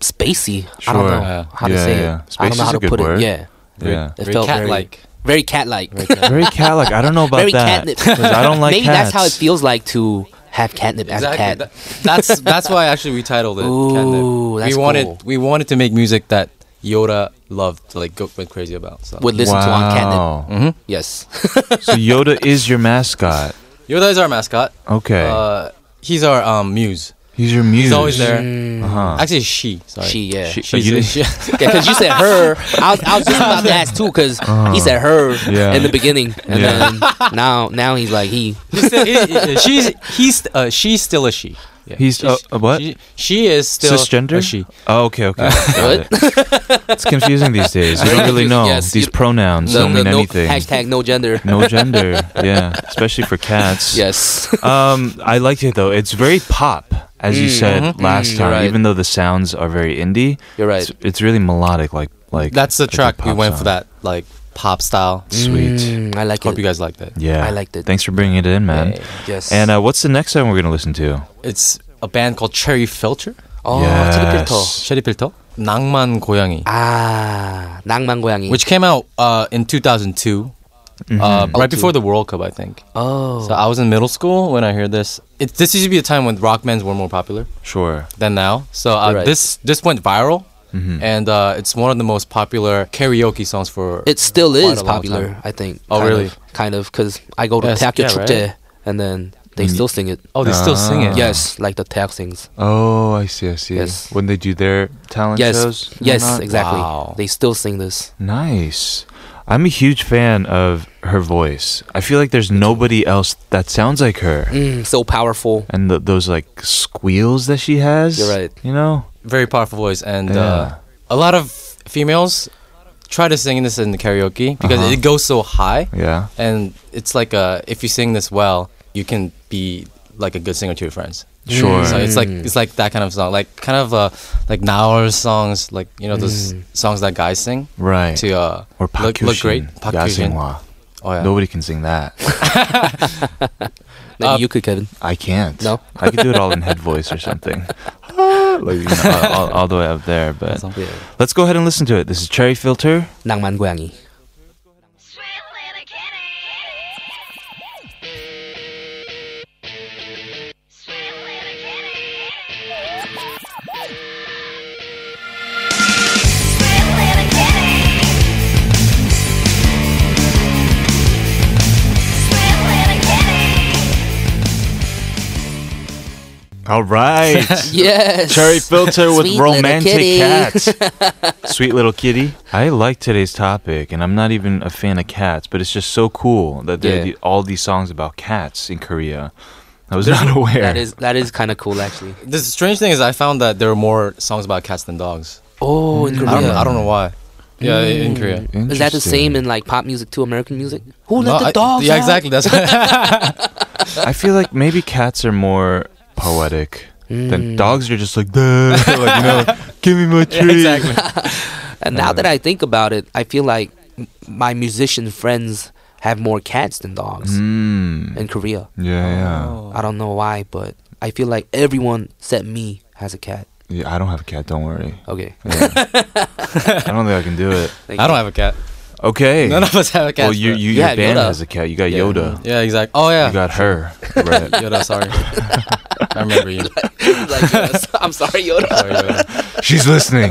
Speaker 3: spacey. I don't
Speaker 2: Sure.
Speaker 3: know how to
Speaker 2: Yeah,
Speaker 3: say
Speaker 2: yeah.
Speaker 3: it. I
Speaker 2: Space
Speaker 3: don't know
Speaker 2: is
Speaker 3: how
Speaker 2: a
Speaker 3: to
Speaker 2: good
Speaker 3: put
Speaker 2: word.
Speaker 3: it. Yeah,
Speaker 2: Yeah.
Speaker 3: it
Speaker 6: Very
Speaker 3: felt
Speaker 6: cat-like.
Speaker 3: very, very cat-like, very,
Speaker 2: Very cat like. I don't know about that.
Speaker 3: catnip.
Speaker 2: [LAUGHS] 'cause I
Speaker 3: [LAUGHS]
Speaker 2: don't like
Speaker 3: Maybe
Speaker 2: cats.
Speaker 3: that's how it feels like to have catnip as a cat.
Speaker 6: That- that's that's why actually we titled it
Speaker 3: Ooh,
Speaker 6: catnip.
Speaker 3: that's
Speaker 6: we wanted
Speaker 3: cool.
Speaker 6: we wanted to make music that Yoda loved, to, like go went crazy about. So
Speaker 3: Would listen to on catnip.
Speaker 2: Wow.
Speaker 3: Yes. [LAUGHS]
Speaker 2: So Yoda is your mascot.
Speaker 6: Yoda is our mascot.
Speaker 2: Okay.
Speaker 6: Uh, he's our um, muse.
Speaker 2: he's your muse.
Speaker 6: He's always there.
Speaker 2: Uh-huh.
Speaker 6: Actually, she.
Speaker 3: Mm.
Speaker 6: Sorry.
Speaker 3: She, yeah.
Speaker 2: She-
Speaker 6: She's
Speaker 2: you-
Speaker 6: a- she-
Speaker 3: Because you said her. I was, I was just about to ask too, because he said her
Speaker 2: Uh, Yeah.
Speaker 3: in the beginning, and
Speaker 2: Yeah.
Speaker 3: then now now he's like he.
Speaker 6: He's still- he- he- she's he's uh, she's still a she. Yeah.
Speaker 2: He's-
Speaker 6: She's-
Speaker 2: uh, a what?
Speaker 6: She, she is still
Speaker 2: Cisgender?
Speaker 6: A she.
Speaker 2: Oh, okay, okay. Got it. It's confusing these days. You
Speaker 3: Very
Speaker 6: [LAUGHS]
Speaker 2: don't really know.
Speaker 3: confusing, yes.
Speaker 2: These
Speaker 3: You-
Speaker 2: pronouns
Speaker 3: the-
Speaker 2: don't
Speaker 3: the
Speaker 2: mean
Speaker 3: no,
Speaker 2: anything.
Speaker 3: hashtag no gender.
Speaker 2: [LAUGHS] No gender. Yeah, especially for cats.
Speaker 3: Yes. [LAUGHS]
Speaker 2: Um, I liked it though. It's very pop, as
Speaker 6: Mm-hmm.
Speaker 2: you said last
Speaker 3: Mm,
Speaker 2: time.
Speaker 3: right.
Speaker 2: Even though the sounds are very indie,
Speaker 3: You're right.
Speaker 2: it's, it's really melodic. Like like
Speaker 6: That's the
Speaker 2: like a
Speaker 6: track we
Speaker 2: pop
Speaker 6: went
Speaker 2: song.
Speaker 6: for that like pop style.
Speaker 2: Sweet.
Speaker 3: Mm, I like
Speaker 6: Hope you
Speaker 3: it.
Speaker 6: guys like that.
Speaker 2: Yeah,
Speaker 3: I liked it.
Speaker 2: Thanks for bringing it in, man.
Speaker 3: Yes.
Speaker 2: And uh, what's the next song we're gonna listen to?
Speaker 6: It's a band called Cherry Filter.
Speaker 3: oh,
Speaker 2: yes.
Speaker 3: yes.
Speaker 6: Cherry Filter. 낭만 고양이.
Speaker 3: 아, 낭만 고양이.
Speaker 6: which came out uh, in 2002, uh, right before the World Cup, I think.
Speaker 3: Mm-hmm. oh,
Speaker 6: So I was in middle school when I heard this. It, this used to be a time when rock bands were more popular
Speaker 2: Sure.
Speaker 6: than now. So uh,
Speaker 3: Right. Mm-hmm.
Speaker 6: this this went viral, and uh, it's one of the most popular karaoke songs for.
Speaker 3: it still is
Speaker 6: quite a long
Speaker 3: popular.
Speaker 6: time.
Speaker 3: I think.
Speaker 6: Oh,
Speaker 3: kind
Speaker 6: really?
Speaker 3: Of, kind of, because I go to
Speaker 6: Yes,
Speaker 3: Taekyo
Speaker 6: yeah, right.
Speaker 3: Chukje, and then they still sing it.
Speaker 6: oh, they still sing it.
Speaker 3: Yes, like the Taek sings.
Speaker 2: Oh, I see. I see.
Speaker 3: Yes.
Speaker 2: When they do their talent
Speaker 3: Yes, yes, exactly.
Speaker 6: Wow.
Speaker 3: They still sing this.
Speaker 2: Nice. I'm a huge fan of her voice. I feel like there's nobody else that sounds like her.
Speaker 3: Mm, so powerful.
Speaker 2: And th those like squeals that she has.
Speaker 3: You're right.
Speaker 2: You know?
Speaker 6: very powerful voice, and
Speaker 2: Yeah.
Speaker 6: uh, a lot of females try to sing this in the karaoke because
Speaker 3: Uh-huh.
Speaker 6: it goes so high,
Speaker 2: Yeah.
Speaker 6: and it's like uh if you sing this well, you can be like a good singer to your friends.
Speaker 2: Sure. Mm.
Speaker 6: So it's like it's like that kind of song, like kind of uh like Naor songs, like you know those songs that guys sing
Speaker 2: Mm. Right.
Speaker 6: to uh
Speaker 2: or
Speaker 6: look, look great. Park Kyushin.
Speaker 2: Park
Speaker 6: Oh yeah.
Speaker 2: Nobody can sing that.
Speaker 3: Maybe
Speaker 6: Uh,
Speaker 3: you could, Kevin.
Speaker 2: I can't.
Speaker 3: No?
Speaker 2: [LAUGHS] I could do it all in head voice or something. [LAUGHS] like, you know, all, all the way up there. But
Speaker 6: That's all.
Speaker 2: let's go ahead and listen to it. This is Cherry Filter.
Speaker 3: 낭만 고양이.
Speaker 2: All right. [LAUGHS]
Speaker 3: Yes.
Speaker 2: Cherry Filter with
Speaker 3: Sweet little
Speaker 2: romantic
Speaker 3: kitty.
Speaker 2: cats. Sweet little kitty. I like today's topic, and I'm not even a fan of cats, but it's just so cool that there are
Speaker 3: Yeah.
Speaker 2: the, all these songs about cats in Korea. I was not aware.
Speaker 3: [LAUGHS] That is that is kind of cool actually.
Speaker 6: The strange thing is, Mm, I found that there are more songs about cats than dogs.
Speaker 3: Oh, in
Speaker 6: I don't,
Speaker 3: Korea.
Speaker 6: I don't know why. Yeah,
Speaker 2: Mm.
Speaker 6: in Korea.
Speaker 3: Is that the
Speaker 2: Interesting.
Speaker 3: same in like pop music too? American music? Who
Speaker 6: No,
Speaker 3: let the
Speaker 6: I-
Speaker 3: dogs
Speaker 6: yeah,
Speaker 3: out?
Speaker 6: exactly. That's why.
Speaker 2: I feel like maybe cats are more poetic.
Speaker 3: Mm.
Speaker 2: than dogs are just like, [LAUGHS] "Duh," like, you
Speaker 3: [LAUGHS]
Speaker 2: know, give me my treat.
Speaker 3: And now that I think about it, I feel like m- my musician friends have more cats than dogs
Speaker 2: Mm.
Speaker 3: in Korea.
Speaker 2: Yeah, yeah.
Speaker 3: I don't know why, but I feel like everyone except me has a cat.
Speaker 2: Yeah, I don't have a cat. Don't worry.
Speaker 3: Okay.
Speaker 2: Yeah.
Speaker 3: [LAUGHS]
Speaker 2: I don't think I can do it.
Speaker 6: [LAUGHS] I don't have a
Speaker 2: [LAUGHS]
Speaker 6: cat.
Speaker 2: Okay.
Speaker 6: None of us have a cat.
Speaker 2: well, you, you
Speaker 3: Yeah,
Speaker 2: your band
Speaker 3: Yoda.
Speaker 2: has a cat. You got Yoda.
Speaker 6: Yeah, exactly. Oh yeah,
Speaker 2: You got her.
Speaker 3: [LAUGHS]
Speaker 2: Right.
Speaker 6: Yoda. Sorry,
Speaker 2: [LAUGHS]
Speaker 6: I remember you.
Speaker 3: like, yes. I'm sorry, Yoda.
Speaker 6: [LAUGHS] Sorry, Yoda.
Speaker 2: She's
Speaker 3: [LAUGHS]
Speaker 2: listening.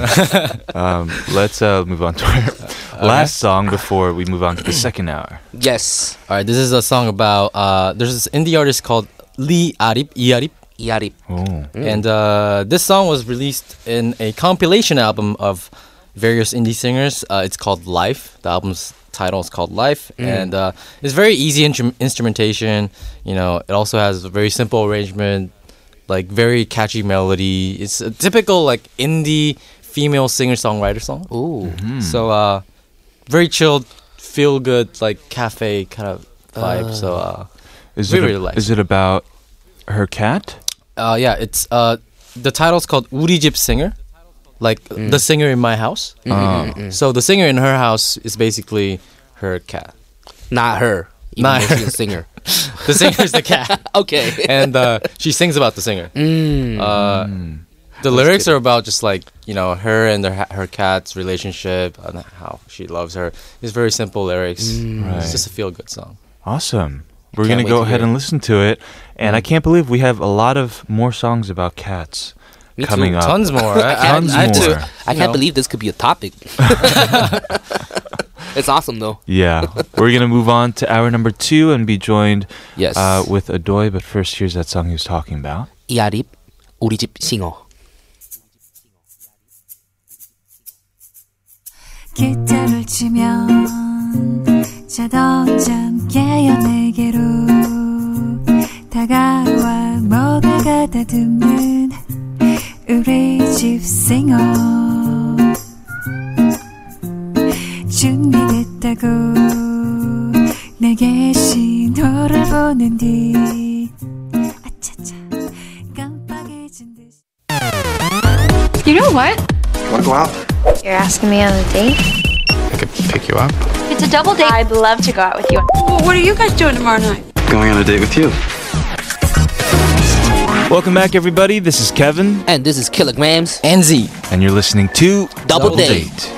Speaker 2: um, let's uh, move on to our
Speaker 3: [LAUGHS]
Speaker 2: last song before we move on to the second hour.
Speaker 3: Yes.
Speaker 6: All right, this is a song about. Uh, there's this indie artist called Lee Arip, Iarip,
Speaker 3: Yarip.
Speaker 2: Oh.
Speaker 6: and uh, this song was released in a compilation album of various indie singers. Uh, it's called Life. The album's title is called Life, and uh, it's very easy intrum- instrumentation. You know, it also has a very simple arrangement, like very catchy melody. It's a typical like indie female singer songwriter song.
Speaker 3: Ooh.
Speaker 6: So uh very chilled, feel good, like cafe kind of vibe. so uh
Speaker 2: Is
Speaker 6: We
Speaker 2: it, a-
Speaker 6: really like
Speaker 2: is it about her cat?
Speaker 6: uh yeah, it's uh the title's called Uri Jip Singer. Like the singer in my house. Um, So the singer in her house is basically her cat.
Speaker 3: Not her. Even
Speaker 6: Not
Speaker 3: though
Speaker 6: her.
Speaker 3: she's a singer.
Speaker 6: The singer is the cat.
Speaker 3: [LAUGHS] okay.
Speaker 6: And uh she sings about the singer. Uh the lyrics are about just like you know her and her, her cat's relationship and how she loves her. It's very simple lyrics.
Speaker 2: Right.
Speaker 6: It's just a feel good song.
Speaker 2: Awesome. We're going
Speaker 3: Can't wait
Speaker 2: to go
Speaker 3: to
Speaker 2: ahead
Speaker 3: hear
Speaker 2: and
Speaker 3: Mm.
Speaker 2: listen to it. And I can't believe we have a lot of more songs about cats
Speaker 3: Me too.
Speaker 2: coming up.
Speaker 6: Tons more. I, I-
Speaker 2: [LAUGHS] Tons
Speaker 6: I have to-
Speaker 2: more.
Speaker 3: I
Speaker 6: you
Speaker 3: can't
Speaker 6: know.
Speaker 3: believe this could be a topic. it's awesome though. [LAUGHS]
Speaker 2: Yeah. We're going to move on to hour number two and be joined
Speaker 3: Yes.
Speaker 2: uh, with Adoy. But first, here's that song he was talking about.
Speaker 3: 이아립 우리 집 싱어.
Speaker 1: 기타를 치면 자동차 깨어 내게로 다가와 뭐가 가다듬는 우리 집 싱어 준비됐다고 내게 신호를 보낸 뒤 아차차 깜빡해진 듯이
Speaker 7: You know what?
Speaker 8: Want to go out?
Speaker 7: You're asking me on a date?
Speaker 8: I could pick you up.
Speaker 7: It's a double date. I'd love to go out with you.
Speaker 9: What are you guys doing tomorrow night?
Speaker 8: Going on a date with you.
Speaker 2: Welcome back, everybody. This is Kevin,
Speaker 3: And this is kilograms.
Speaker 6: NZ.
Speaker 2: and you're listening to
Speaker 3: Double Date.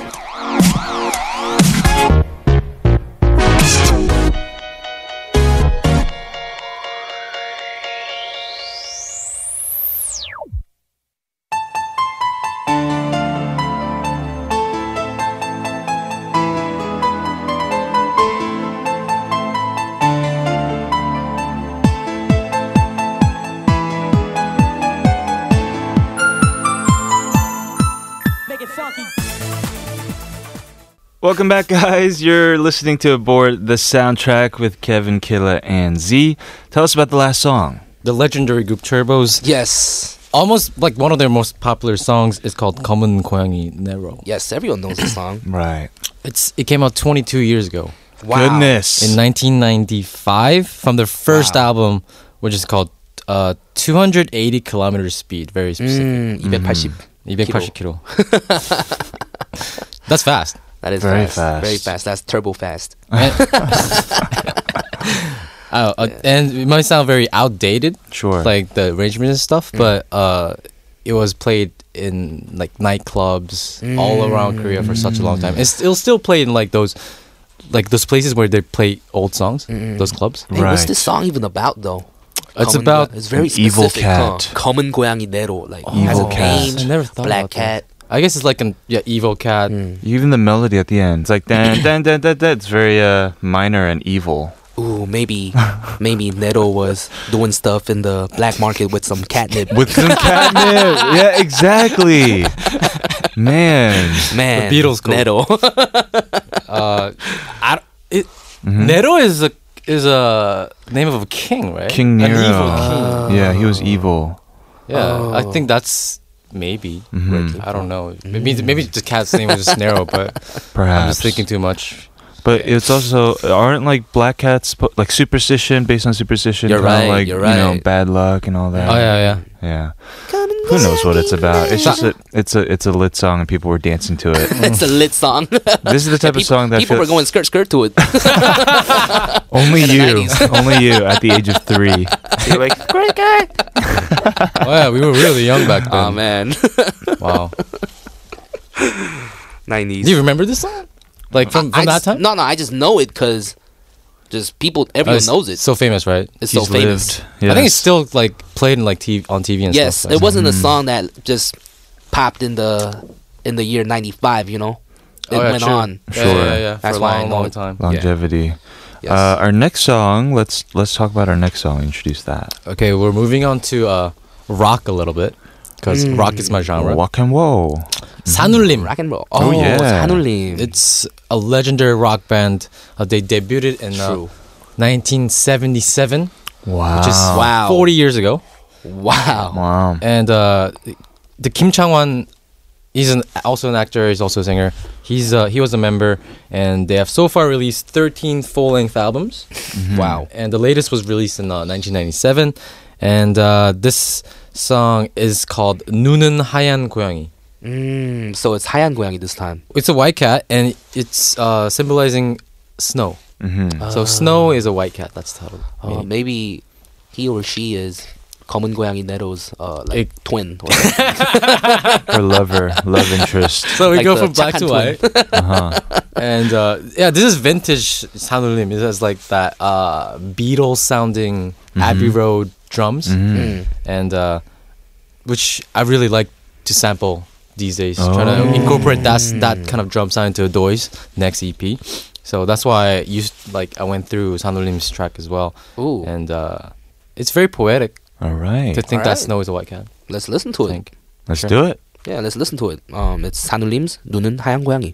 Speaker 2: Welcome back, guys. You're listening to Aboard the soundtrack with Kevin, Killa, and Z. Tell us about the last song.
Speaker 6: The legendary group Turbos.
Speaker 3: Yes.
Speaker 6: Almost like one of their most popular songs is called Common Koyangi Nero.
Speaker 3: Yes, everyone knows the
Speaker 6: [COUGHS]
Speaker 3: song.
Speaker 2: Right.
Speaker 6: It's it came out 22 years ago
Speaker 3: Wow.
Speaker 2: Goodness.
Speaker 6: in 1995 from their first
Speaker 3: Wow.
Speaker 6: album, which is called uh, 280 kilometer speed, very
Speaker 3: Mm,
Speaker 6: specific.
Speaker 3: 음, 280.
Speaker 6: 280 kilo. That's fast.
Speaker 3: That is
Speaker 2: Very
Speaker 3: fast.
Speaker 2: fast.
Speaker 3: Very fast. That's turbo fast.
Speaker 6: And, [LAUGHS] Oh, uh, and it might sound very outdated,
Speaker 2: Sure.
Speaker 6: like the arrangements and stuff, but uh, it was played in like nightclubs all around Korea for such a long time. It's, it'll still play in like those, like those places where they play old songs, those clubs.
Speaker 3: Hey, What's
Speaker 2: Right.
Speaker 3: this song even about though?
Speaker 6: It's
Speaker 3: Common
Speaker 6: about
Speaker 3: Go- it's very
Speaker 2: An evil
Speaker 3: specific, huh?
Speaker 2: cat.
Speaker 3: Common 고양이 내로 like has
Speaker 2: Evil
Speaker 3: a
Speaker 2: cat.
Speaker 3: name.
Speaker 6: I never thought
Speaker 3: Black
Speaker 6: about that.
Speaker 3: cat.
Speaker 6: I guess it's like an yeah evil cat.
Speaker 2: Even the melody at the end, it's like dan dan dan dan dan. It's very uh, minor and evil.
Speaker 3: Ooh,
Speaker 6: [LAUGHS]
Speaker 3: maybe maybe Neto was doing stuff in the black market with some catnip.
Speaker 2: With
Speaker 6: [LAUGHS]
Speaker 2: some catnip. yeah, exactly. Man.
Speaker 3: [LAUGHS] Man,
Speaker 6: The Beatles called-
Speaker 3: Neto.
Speaker 6: Uh, I, it,
Speaker 2: Mm-hmm.
Speaker 6: Nero is a is a name of a king, right?
Speaker 2: King
Speaker 6: An
Speaker 2: Nero.
Speaker 6: evil king.
Speaker 2: Yeah, he was evil.
Speaker 6: Yeah, I think that's maybe.
Speaker 2: Mm-hmm.
Speaker 6: I don't know. Maybe maybe the cat's name was just Nero, but
Speaker 2: Perhaps.
Speaker 6: I'm just thinking too much.
Speaker 2: But it's also aren't like black cats sp- like superstition based on superstition.
Speaker 3: You're
Speaker 2: kinda
Speaker 3: right,
Speaker 2: Like
Speaker 3: you're
Speaker 2: you know
Speaker 3: right.
Speaker 2: bad luck and all that.
Speaker 6: Oh yeah, yeah.
Speaker 2: Yeah. Who knows what it's about? It's just a it's a it's a lit song and people were dancing to
Speaker 3: [LAUGHS]
Speaker 2: it.
Speaker 3: [LAUGHS] it's a lit
Speaker 6: [LAUGHS]
Speaker 3: song.
Speaker 2: this is the type of song that I
Speaker 3: people
Speaker 2: feel-
Speaker 3: were going skirt skirt to it.
Speaker 2: only
Speaker 3: in the
Speaker 2: you, [LAUGHS] only you at the age of
Speaker 3: [LAUGHS]
Speaker 2: three. You're like great guy.
Speaker 6: Oh yeah, we were really young [LAUGHS] back then.
Speaker 3: oh man,
Speaker 6: [LAUGHS] Wow.
Speaker 3: [LAUGHS] nineties.
Speaker 6: Do you remember this song? Like from, from
Speaker 3: I
Speaker 6: that
Speaker 3: just-
Speaker 6: time?
Speaker 3: No, no, I just know it because just people,
Speaker 6: Oh,
Speaker 3: everyone
Speaker 6: it's
Speaker 3: knows it.
Speaker 6: So famous, right?
Speaker 3: it's so
Speaker 2: He's
Speaker 3: famous.
Speaker 2: lived. Yes.
Speaker 6: I think it's still like played in like TV on TV and
Speaker 3: Yes,
Speaker 6: stuff. Mm.
Speaker 3: it wasn't a song that just popped in the in the year '95. You know, it
Speaker 6: [LAUGHS] Oh, yeah,
Speaker 3: went
Speaker 6: true.
Speaker 3: on.
Speaker 6: Yeah,
Speaker 2: Sure.
Speaker 6: yeah, yeah, yeah.
Speaker 3: That's
Speaker 6: for a
Speaker 3: why I
Speaker 6: long,
Speaker 3: know
Speaker 6: long
Speaker 3: it.
Speaker 6: time.
Speaker 2: longevity.
Speaker 3: Yes.
Speaker 2: Uh, our next song, let's let's talk about our next song. Introduce that.
Speaker 6: Okay, we're moving on to uh, rock a little bit because rock is my genre.
Speaker 2: Walk and whoa.
Speaker 6: Sanulim.
Speaker 3: Mm. Rock and roll.
Speaker 2: Oh,
Speaker 3: Oh,
Speaker 2: yeah.
Speaker 3: Sanulim.
Speaker 6: It's a legendary rock band. Uh, they debuted in uh,
Speaker 3: True.
Speaker 6: 1977,
Speaker 2: Wow.
Speaker 6: which is
Speaker 3: Wow.
Speaker 6: 40 years ago.
Speaker 3: wow. [LAUGHS]
Speaker 2: wow.
Speaker 6: And uh, the Kim Chang Wan, he's an, also an actor. He's also a singer. He's uh, he was a member, and they have so far released 13 full-length albums.
Speaker 3: Wow.
Speaker 6: And the latest was released in uh, 1997, and uh, this song is called "눈은 하얀 고양이."
Speaker 3: Mm, so it's Hayan Goyangi this time.
Speaker 6: It's a white cat, and it's uh, symbolizing snow.
Speaker 2: Mm-hmm.
Speaker 6: So snow is a white cat. That's the title.
Speaker 3: Uh,
Speaker 6: meaning.
Speaker 3: maybe he or she is Common Goyangi Nero's uh, like
Speaker 6: It-
Speaker 3: twin.
Speaker 6: [LAUGHS]
Speaker 3: Or something.
Speaker 2: Her lover, love interest.
Speaker 6: so we
Speaker 3: like
Speaker 6: go
Speaker 3: the
Speaker 6: from black to
Speaker 3: Chakan
Speaker 6: white, [LAUGHS] and uh, yeah, this is vintage Sanulim. It has like that uh, Beatles sounding
Speaker 3: Mm-hmm.
Speaker 6: Abbey Road drums, and uh, which I really like to sample these days.
Speaker 3: Oh.
Speaker 6: Trying to incorporate that that kind of drum sound into Doi's next EP. So that's why I used like I went through Sanulim's track as well,
Speaker 3: Ooh,
Speaker 6: and uh, it's very poetic
Speaker 2: All right.
Speaker 6: to think that
Speaker 3: Alright.
Speaker 6: snow is a white cat.
Speaker 3: let's listen to
Speaker 6: I
Speaker 3: it.
Speaker 6: think.
Speaker 2: Let's
Speaker 6: Sure.
Speaker 2: do it.
Speaker 3: Yeah, let's listen to it. Um, it's Sanulim's 눈은 하얀 고양이.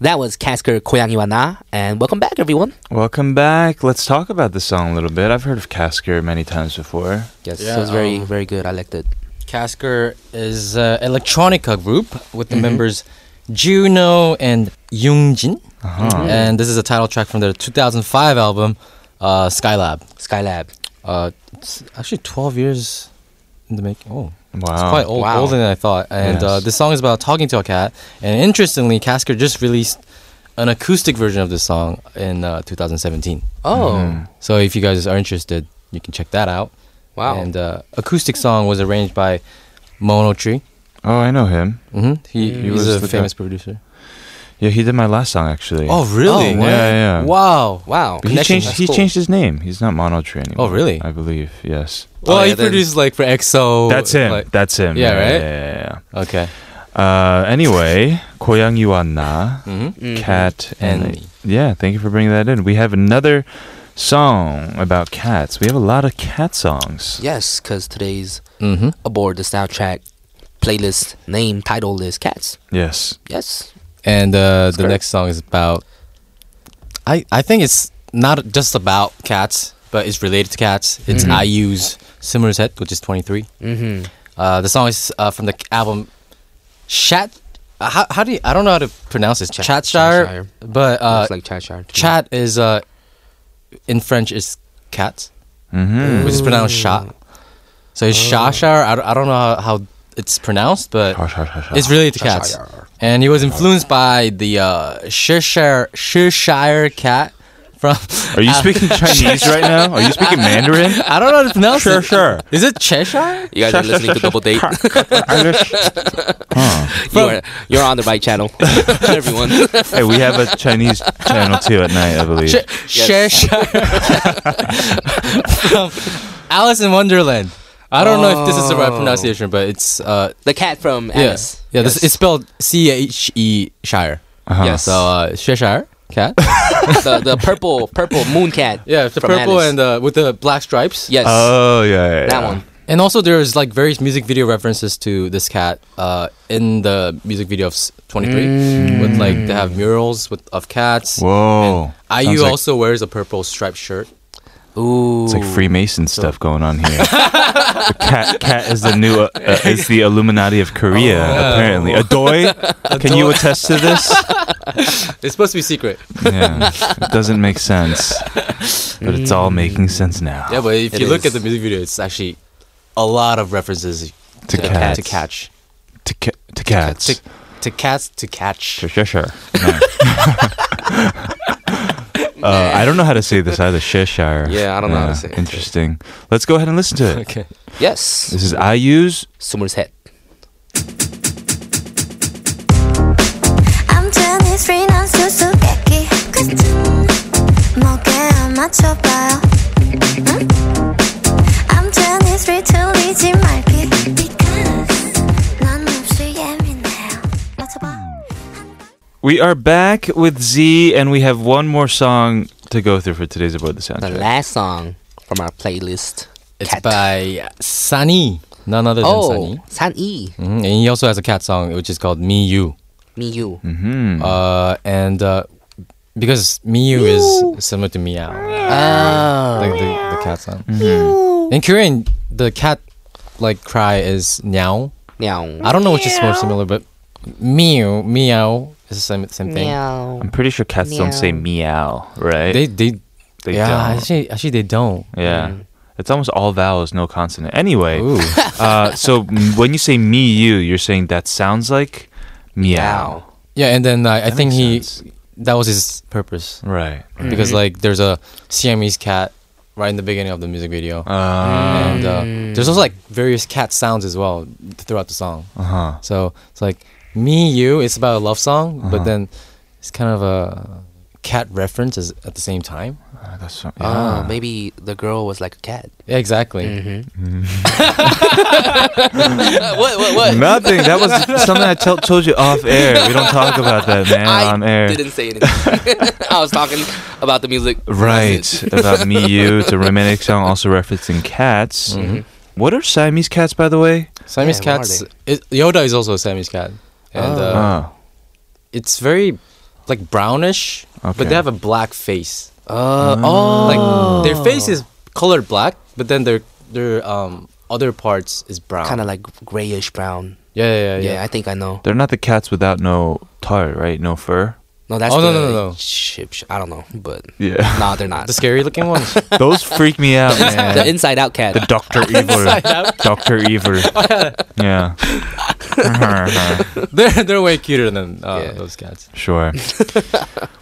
Speaker 3: That was Kasker 고양이와 나, and welcome back, everyone.
Speaker 2: Welcome back. Let's talk about this song a little bit. I've heard of Casker many times before.
Speaker 3: Yes,
Speaker 6: Yeah,
Speaker 3: it was very,
Speaker 6: um,
Speaker 3: very good. I liked it.
Speaker 6: Kasker is an electronica group with the members Juno and Yoongjin.
Speaker 2: Ah. Uh-huh. Mm-hmm.
Speaker 6: And this is a title track from their 2005 album, uh, Skylab.
Speaker 3: Skylab.
Speaker 6: Uh, it's actually 12 years in the making. Oh,
Speaker 2: Wow.
Speaker 6: it's quite old,
Speaker 3: Wow.
Speaker 6: older than I thought. And
Speaker 2: Yes.
Speaker 6: uh, this song is about talking to a cat. And interestingly, Kasker just released an acoustic version of this song in uh, 2017.
Speaker 3: Oh,
Speaker 6: So if you guys are interested, you can check that out.
Speaker 3: wow.
Speaker 6: And uh, acoustic song was arranged by Mono Tree.
Speaker 2: Oh, I know him.
Speaker 6: Mm-hmm. He,
Speaker 2: He
Speaker 6: he's
Speaker 2: was
Speaker 6: a
Speaker 2: the
Speaker 6: famous producer.
Speaker 2: Yeah, he did my last song actually.
Speaker 6: Oh, really?
Speaker 2: Oh, wow. Yeah, yeah.
Speaker 6: Wow.
Speaker 3: Wow.
Speaker 2: But he
Speaker 6: connection,
Speaker 2: changed.
Speaker 6: that's
Speaker 2: He
Speaker 6: cool.
Speaker 2: changed his name. He's not Monotree anymore.
Speaker 6: Oh, really?
Speaker 2: I believe. Yes.
Speaker 6: Well,
Speaker 3: yeah,
Speaker 6: he
Speaker 3: then-
Speaker 6: produced like for EXO.
Speaker 2: Oh, That's him.
Speaker 6: like-
Speaker 2: That's him.
Speaker 6: Yeah, right?
Speaker 2: Yeah, yeah,
Speaker 6: okay.
Speaker 2: yeah. Uh, anyway, 고양이 왔나,
Speaker 6: Mm-hmm.
Speaker 2: cat, and
Speaker 6: And me.
Speaker 2: yeah, thank you for bringing that in. We have another song about cats. We have a lot of cat songs.
Speaker 3: Yes, because today's
Speaker 6: Mm-hmm.
Speaker 3: aboard the soundtrack playlist name title is Cats.
Speaker 2: Yes.
Speaker 3: Yes.
Speaker 6: And uh, the
Speaker 3: correct.
Speaker 6: next song is about. I I think it's not just about cats, but it's related to cats. It's
Speaker 2: Mm-hmm.
Speaker 6: IU's Simmer's Head, which is 23.
Speaker 3: Mm-hmm.
Speaker 6: Uh, the song is uh, from the album Chat. uh, How, how do you, I don't know how to pronounce this.
Speaker 3: Chat-
Speaker 6: Chatshire,
Speaker 3: Chatshire.
Speaker 6: but uh,
Speaker 3: Looks like Cheshire.
Speaker 6: chat is uh, in French is cat,
Speaker 2: Mm-hmm.
Speaker 6: which is pronounced chat. So it's Cheshire. I, don't- I don't know how, how it's pronounced, but it's related to cats.
Speaker 3: Cheshire.
Speaker 6: And he was influenced by the uh, Cheshire Cheshire cat from.
Speaker 2: Are
Speaker 6: [LAUGHS]
Speaker 2: you speaking Chinese right now? Are you speaking Mandarin?
Speaker 6: I don't know how to pronounce
Speaker 2: Sure,
Speaker 6: it.
Speaker 2: sure.
Speaker 6: Is it Cheshire?
Speaker 3: You guys are listening to Double Date.
Speaker 2: huh.
Speaker 3: [LAUGHS] you are, you're on the right
Speaker 6: [LAUGHS]
Speaker 3: channel, [LAUGHS] everyone.
Speaker 2: Hey, we have a Chinese channel too at night, I believe.
Speaker 6: Che- Cheshire [LAUGHS] from Alice in Wonderland. I don't know if this is the right pronunciation, but it's uh
Speaker 3: the cat from
Speaker 6: yeah,
Speaker 3: Alice.
Speaker 6: yeah. This it's spelled C H E Shire.
Speaker 2: Uh-huh.
Speaker 6: Yeah, so uh, Cheshire
Speaker 2: [LAUGHS]
Speaker 6: cat.
Speaker 3: the, the purple purple moon cat.
Speaker 6: [LAUGHS] yeah, the
Speaker 3: from
Speaker 6: purple
Speaker 3: Alice.
Speaker 6: and uh, with the black stripes.
Speaker 3: yes,
Speaker 2: Oh yeah, yeah,
Speaker 3: that
Speaker 2: yeah.
Speaker 3: one.
Speaker 6: and also there's like various music video references to this cat uh in the music video of 23
Speaker 2: Mm.
Speaker 6: with like they have murals with of cats.
Speaker 2: Whoa.
Speaker 6: IU
Speaker 2: Sounds like-
Speaker 6: also wears a purple striped shirt.
Speaker 3: Ooh,
Speaker 2: It's like Freemason stuff going on here. the cat, cat is the new, uh, uh, is the Illuminati of Korea, apparently. Adoy, can you attest to this?
Speaker 6: It's supposed to be secret.
Speaker 2: Yeah, it doesn't make sense, but it's all making sense now.
Speaker 6: Yeah, but if
Speaker 3: It
Speaker 6: you look at
Speaker 3: is.
Speaker 6: the music video, it's actually a lot of references
Speaker 2: To
Speaker 6: to,
Speaker 2: cats.
Speaker 6: to catch.
Speaker 2: To, ca- to cats.
Speaker 6: To, to cats to catch.
Speaker 2: Sure, sure, sure. No. [LAUGHS] Uh, I don't know how to say this either. Cheshire.
Speaker 3: Yeah, I don't know how to say it.
Speaker 2: Interesting. Let's go ahead and listen to it.
Speaker 6: Okay.
Speaker 3: yes,
Speaker 2: This is IU's
Speaker 3: Summer's head.
Speaker 1: 암튼 it's free 난 수수께끼 끝은 뭐게 안 맞춰봐요 응? 암튼 it's free 틀리지 말기 because 난 몹시 예민해요 맞춰봐
Speaker 2: We are back with Z, and we have one more song to go through for today's Aboard the
Speaker 3: The
Speaker 2: Soundtrack.
Speaker 3: last song from our playlist.
Speaker 6: It's
Speaker 3: cat.
Speaker 6: by Sunny, none other than
Speaker 3: oh
Speaker 6: Sunny.
Speaker 3: San E,
Speaker 6: hmm And he also has a cat song, which is called Me You.
Speaker 3: me you.
Speaker 6: Mm.
Speaker 2: hmm
Speaker 6: Uh, and uh, because Me You is similar to Meow. Oh. Like the, the cat song.
Speaker 2: Mm-hmm.
Speaker 6: In Korean, the cat like cry is Nyao.
Speaker 3: Meow.
Speaker 6: I don't know which is more similar, but Meow, Meow is the same, same thing.
Speaker 3: Meow.
Speaker 2: I'm pretty sure cats don't say meow, right?
Speaker 6: They, they
Speaker 2: They
Speaker 6: yeah,
Speaker 2: don't.
Speaker 6: actually, actually, they don't.
Speaker 2: yeah.
Speaker 3: Mm.
Speaker 2: It's almost all vowels, no consonant. Anyway,
Speaker 6: Ooh.
Speaker 2: uh, so m- when you say me, you, you're saying that sounds like meow.
Speaker 6: yeah, and then uh, I
Speaker 2: That
Speaker 6: think
Speaker 2: makes
Speaker 6: he
Speaker 2: sense. Mm-hmm.
Speaker 6: that was his purpose
Speaker 3: [CLEARS THROAT]
Speaker 2: Right.
Speaker 6: because like there's a Siamese cat right in the beginning of the music video,
Speaker 2: Uh
Speaker 6: and uh,
Speaker 3: Mm.
Speaker 6: there's also like various cat sounds as well throughout the song.
Speaker 3: Uh-huh.
Speaker 2: huh.
Speaker 6: So it's like me, you. It's about a love song,
Speaker 3: Uh-huh.
Speaker 6: but then it's kind of a cat reference as, at the same time.
Speaker 2: That's so-
Speaker 3: Oh,
Speaker 2: yeah.
Speaker 3: maybe the girl was like a cat.
Speaker 6: Yeah, exactly.
Speaker 3: Mm-hmm.
Speaker 6: Uh,
Speaker 3: what?
Speaker 2: [LAUGHS]
Speaker 3: What? What?
Speaker 2: Nothing. That was
Speaker 3: [LAUGHS]
Speaker 2: something I tell told you off air. We don't talk about that, man,
Speaker 3: I
Speaker 2: on air.
Speaker 3: didn't
Speaker 2: [LAUGHS]
Speaker 3: say
Speaker 6: [LAUGHS]
Speaker 3: anything. I was talking about the music.
Speaker 2: Right. About
Speaker 3: [LAUGHS]
Speaker 2: me, you. It's a romantic song also referencing cats.
Speaker 3: Mm-hmm.
Speaker 2: What are Siamese cats, by the way?
Speaker 6: Siamese
Speaker 3: Yeah, what are
Speaker 6: cats. It, Yoda is also a Siamese cat, and uh,
Speaker 2: Oh.
Speaker 6: it's very like brownish, but
Speaker 2: Okay.
Speaker 6: they have a black face. Mm.
Speaker 3: Uh, oh,
Speaker 6: Like their face is colored black, but then their their um other parts is brown.
Speaker 3: kind of like grayish brown.
Speaker 6: yeah, yeah, yeah.
Speaker 3: Yeah,
Speaker 6: yeah.
Speaker 3: I think I know.
Speaker 2: They're not the cats without no tar, right? No fur?
Speaker 3: No, that's
Speaker 6: Oh, no,
Speaker 3: the
Speaker 6: no, no, no.
Speaker 3: Ship, sh- I don't know, but
Speaker 2: Yeah.
Speaker 3: nah, they're not.
Speaker 6: the scary looking ones.
Speaker 2: Those freak me out, man.
Speaker 3: [LAUGHS] the Inside Out cat.
Speaker 2: The
Speaker 3: [LAUGHS]
Speaker 2: Dr. Evil. Dr. Evil. yeah.
Speaker 6: they're they're way cuter than uh,
Speaker 3: Yeah.
Speaker 6: those cats.
Speaker 2: [LAUGHS] sure.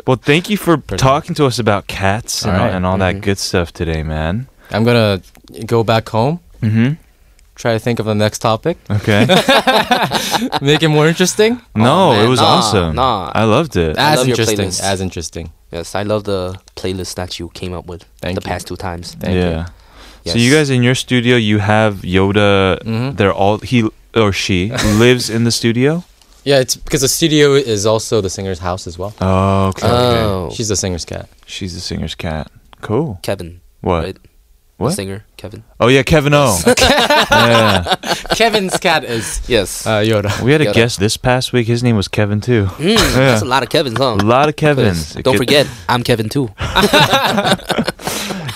Speaker 2: Well, thank you for talking to us about cats and
Speaker 6: All
Speaker 2: all,
Speaker 6: right. Mm-hmm.
Speaker 2: and all that good stuff today, man.
Speaker 6: I'm gonna go back home
Speaker 2: Mm-hmm.
Speaker 6: try to think of the next
Speaker 3: [LAUGHS]
Speaker 6: topic, [LAUGHS]
Speaker 2: Okay.
Speaker 6: make it more interesting.
Speaker 2: no,
Speaker 3: Oh, man.
Speaker 2: it was
Speaker 3: Nah,
Speaker 2: awesome.
Speaker 3: nah.
Speaker 2: I loved it.
Speaker 3: I
Speaker 6: As
Speaker 3: love your
Speaker 6: interesting.
Speaker 3: playlist.
Speaker 6: As interesting.
Speaker 3: Yes, I love the playlist that you came up with
Speaker 6: Thank
Speaker 3: the
Speaker 6: you.
Speaker 3: past two times.
Speaker 6: Thank you.
Speaker 2: yeah. So you
Speaker 3: Yes. Mm-hmm.
Speaker 2: guys in your studio, you have Yoda.
Speaker 6: Mhm.
Speaker 2: They're all he or
Speaker 3: [LAUGHS]
Speaker 2: she lives in the studio.
Speaker 6: Yeah, it's because the studio is also the singer's house as well.
Speaker 2: Oh, okay. okay.
Speaker 3: Oh,
Speaker 6: She's the singer's cat.
Speaker 2: She's the singer's cat. Cool.
Speaker 3: Kevin,
Speaker 2: What?
Speaker 3: right? The
Speaker 2: What?
Speaker 3: singer Kevin.
Speaker 2: Oh yeah, Kevin O.
Speaker 3: [LAUGHS]
Speaker 2: yeah.
Speaker 6: [LAUGHS] Kevin's cat is
Speaker 3: Yes.
Speaker 6: uh, Yoda.
Speaker 2: We had a
Speaker 3: Yoda.
Speaker 2: guest this past week. His name was Kevin too.
Speaker 3: Mm,
Speaker 2: yeah.
Speaker 3: That's a lot of Kevins, huh?
Speaker 2: A lot of Kevins. It
Speaker 3: Don't
Speaker 2: could-
Speaker 3: forget, I'm Kevin too.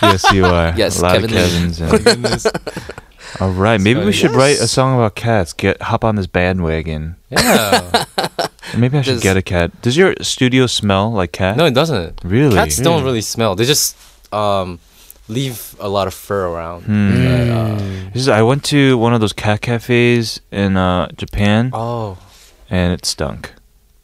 Speaker 2: Yes, you
Speaker 6: [LAUGHS]
Speaker 2: are.
Speaker 3: Yes,
Speaker 2: a lot
Speaker 3: Kevin
Speaker 2: of Kevins. and- all right, maybe we
Speaker 6: funny.
Speaker 2: should write a song about cats. Get hop on this bandwagon.
Speaker 6: Yeah.
Speaker 2: [LAUGHS] Maybe I should
Speaker 3: Does-
Speaker 2: get a cat. Does your studio smell like cat?
Speaker 6: no, it doesn't.
Speaker 2: really.
Speaker 6: Cats don't really smell. They just um, leave a lot of fur around.
Speaker 2: Hmm.
Speaker 6: But, uh,
Speaker 2: This is- I went to one of those cat cafes in uh, Japan,
Speaker 6: oh.
Speaker 2: and it stunk.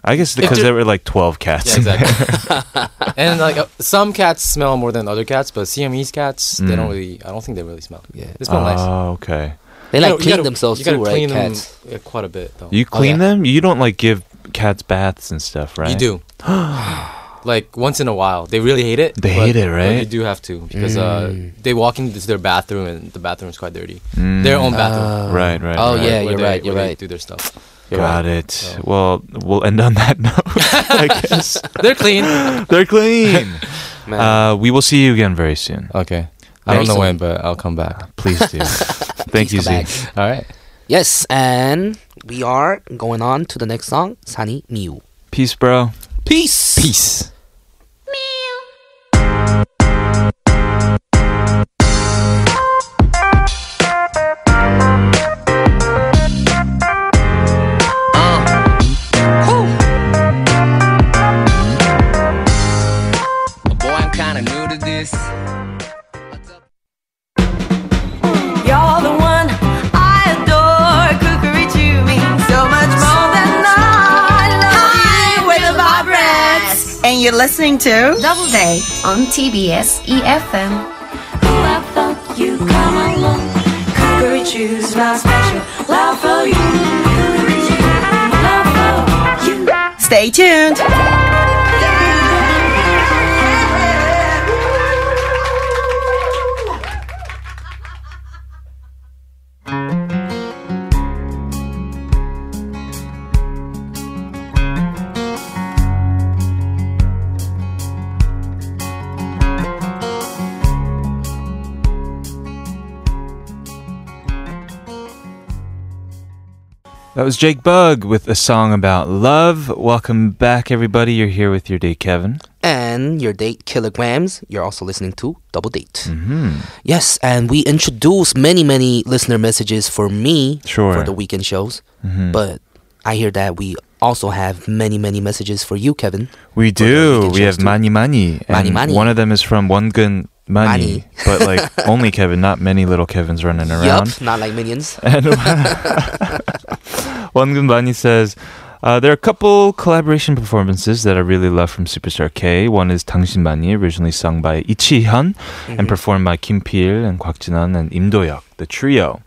Speaker 2: I guess
Speaker 6: It
Speaker 2: because
Speaker 6: ju-
Speaker 2: there were like twelve cats.
Speaker 6: Yeah,
Speaker 2: in [LAUGHS]
Speaker 3: [LAUGHS]
Speaker 2: there.
Speaker 6: exactly. and like uh, some cats smell more than other cats, but Siamese cats, they don't
Speaker 2: Mm.
Speaker 6: really. I don't think they really smell.
Speaker 3: Yeah.
Speaker 6: They smell nice.
Speaker 2: Oh, okay.
Speaker 3: They
Speaker 6: You
Speaker 3: like
Speaker 6: know, you
Speaker 3: clean
Speaker 6: gotta-
Speaker 3: themselves
Speaker 6: you gotta
Speaker 3: too, right?
Speaker 6: clean them,
Speaker 3: Cats.
Speaker 6: yeah, quite a bit though.
Speaker 2: You clean
Speaker 3: yeah.
Speaker 2: them? You don't like give cats baths and stuff, right?
Speaker 6: You do. [SIGHS] like once in a while, they really hate it.
Speaker 2: They
Speaker 6: but-
Speaker 2: hate it,
Speaker 6: but
Speaker 2: right?
Speaker 6: They do have to because uh, they walk into their bathroom and the bathroom is quite dirty.
Speaker 2: Mm.
Speaker 6: Their own bathroom.
Speaker 2: Right, right.
Speaker 3: Oh,
Speaker 2: right.
Speaker 3: yeah,
Speaker 6: where
Speaker 3: you're right,
Speaker 6: they- where
Speaker 3: you're
Speaker 6: they
Speaker 3: right.
Speaker 6: Do their stuff.
Speaker 2: Got it. Well, we'll end on that [LAUGHS] note. I guess
Speaker 3: [LAUGHS]
Speaker 6: They're clean.
Speaker 2: they're clean.
Speaker 3: Man.
Speaker 2: Uh, we will see you again very soon.
Speaker 6: okay.
Speaker 3: Very
Speaker 6: I don't know
Speaker 3: soon.
Speaker 6: when, but I'll come back.
Speaker 2: Please [LAUGHS] do. Thank
Speaker 3: Please
Speaker 2: you,
Speaker 3: come
Speaker 2: Z.
Speaker 3: back.
Speaker 6: All right.
Speaker 3: Yes, and we are going on to the next song, Sunny Miu.
Speaker 2: Peace, bro.
Speaker 3: Peace.
Speaker 6: Peace.
Speaker 5: Boy, I'm kinda new to this.
Speaker 1: You're the one I adore. Cookery to me so much more than I love you with the vibrance.
Speaker 9: And you're listening to
Speaker 7: Double Day on TBS EFM.
Speaker 1: E Who I thought you come along. Cookery choose my special love for you. Cookery choose my love for you.
Speaker 9: Stay Tuned.
Speaker 2: That was Jake Bug with a song about love. Welcome back, everybody. You're here with your day, Kevin.
Speaker 3: And your date kilograms. You're also listening to Double Date.
Speaker 2: Mm-hmm.
Speaker 3: Yes, and we introduce many, many listener messages for me
Speaker 2: Sure. Mm-hmm.
Speaker 3: for the weekend shows. But I hear that we also have many, many messages for you, Kevin.
Speaker 2: We do.
Speaker 3: weekend
Speaker 2: We
Speaker 3: shows
Speaker 2: have
Speaker 3: too.
Speaker 2: Mani Mani.
Speaker 3: Mani
Speaker 2: and
Speaker 3: Mani.
Speaker 2: One of them is from Wangun Mani,
Speaker 3: Mani.
Speaker 2: but like only Kevin, not many little Kevins [LAUGHS] running around.
Speaker 3: Yup, not like minions.
Speaker 2: And [LAUGHS] Wangun Bani says, uh, there are a couple collaboration performances that I really love from Superstar K. One is 당신 많이, originally sung by Ichi Hyun and performed by Kim Pil and Kwak Jinan and Im Do Hyuk, the trio.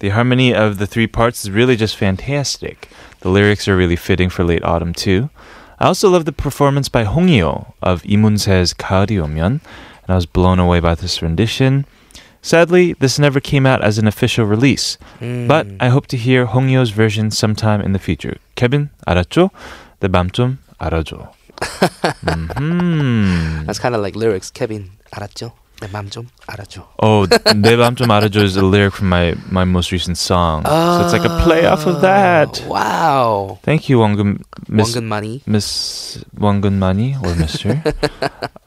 Speaker 2: The harmony of the three parts is really just fantastic. The lyrics are really fitting for late autumn too. I also love the performance by Hongyo of Imunse's 가을이 오면, and I was blown away by this rendition. Sadly, this never came out as an official release,
Speaker 3: Mm.
Speaker 2: but I hope to hear Hongyo's version sometime in the future. Kevin, 알았죠? 내맘좀 알아줘. Mhm.
Speaker 3: That's kind of like lyrics. Kevin, 알았죠? 내맘좀 알아줘.
Speaker 2: Oh, 내맘좀 알아줘 is a lyric from my, my most recent song. so it's like a play off of that.
Speaker 3: Ah. Oh, Wow.
Speaker 2: Thank you, Wangun Miss
Speaker 3: Wangun money.
Speaker 2: Miss Wangun Mani or Mister.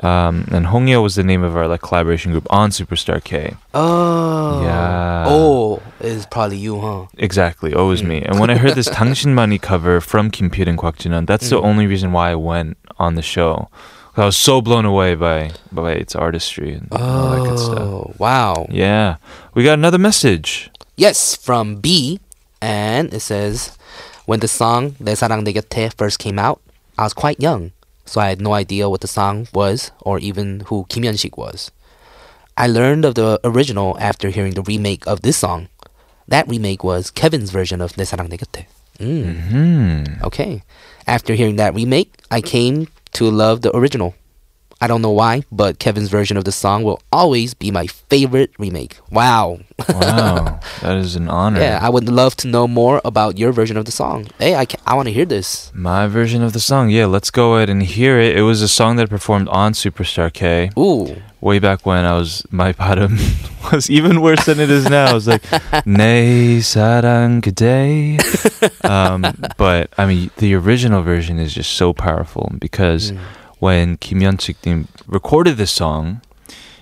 Speaker 2: um, and Hongyo was the name of our like collaboration group on Superstar K.
Speaker 3: Oh.
Speaker 2: Yeah.
Speaker 3: Oh, it's probably you, huh?
Speaker 2: Exactly, always me. And when I heard
Speaker 3: [LAUGHS]
Speaker 2: this 당신 많이 cover from Kim Pil and Kwak Jinan, that's
Speaker 3: Mm.
Speaker 2: the only reason why I went on the show. 'Cause I was so blown away by by its artistry and all that good stuff.
Speaker 3: Oh, wow.
Speaker 2: Yeah, we got another message.
Speaker 3: Yes, from B, and it says, when the song "내 사랑 내 곁에" first came out, I was quite young, so I had no idea what the song was or even who Kim Hyun Sik was. I learned of the original after hearing the remake of this song. That remake was Kevin's version of 내 사랑 내 곁에. Mm.
Speaker 2: Hmm.
Speaker 3: Okay. After hearing that remake, I came to love the original. I don't know why, but Kevin's version of the song will always be my favorite remake. Wow. [LAUGHS]
Speaker 2: Wow, that is an honor.
Speaker 3: yeah, I would love to know more about your version of the song. Hey, I, ca- I want to hear this.
Speaker 2: My version of the song, yeah, let's go ahead and hear it. It was a song that I performed on Superstar K
Speaker 3: Ooh.
Speaker 2: way back when I was my bottom [LAUGHS] was even worse than it is now. It was like 내 사랑 그대.
Speaker 3: [LAUGHS]
Speaker 2: Um, but I mean, the original version is just so powerful
Speaker 3: Mm.
Speaker 2: because when Kim Yeon-sik recorded this song,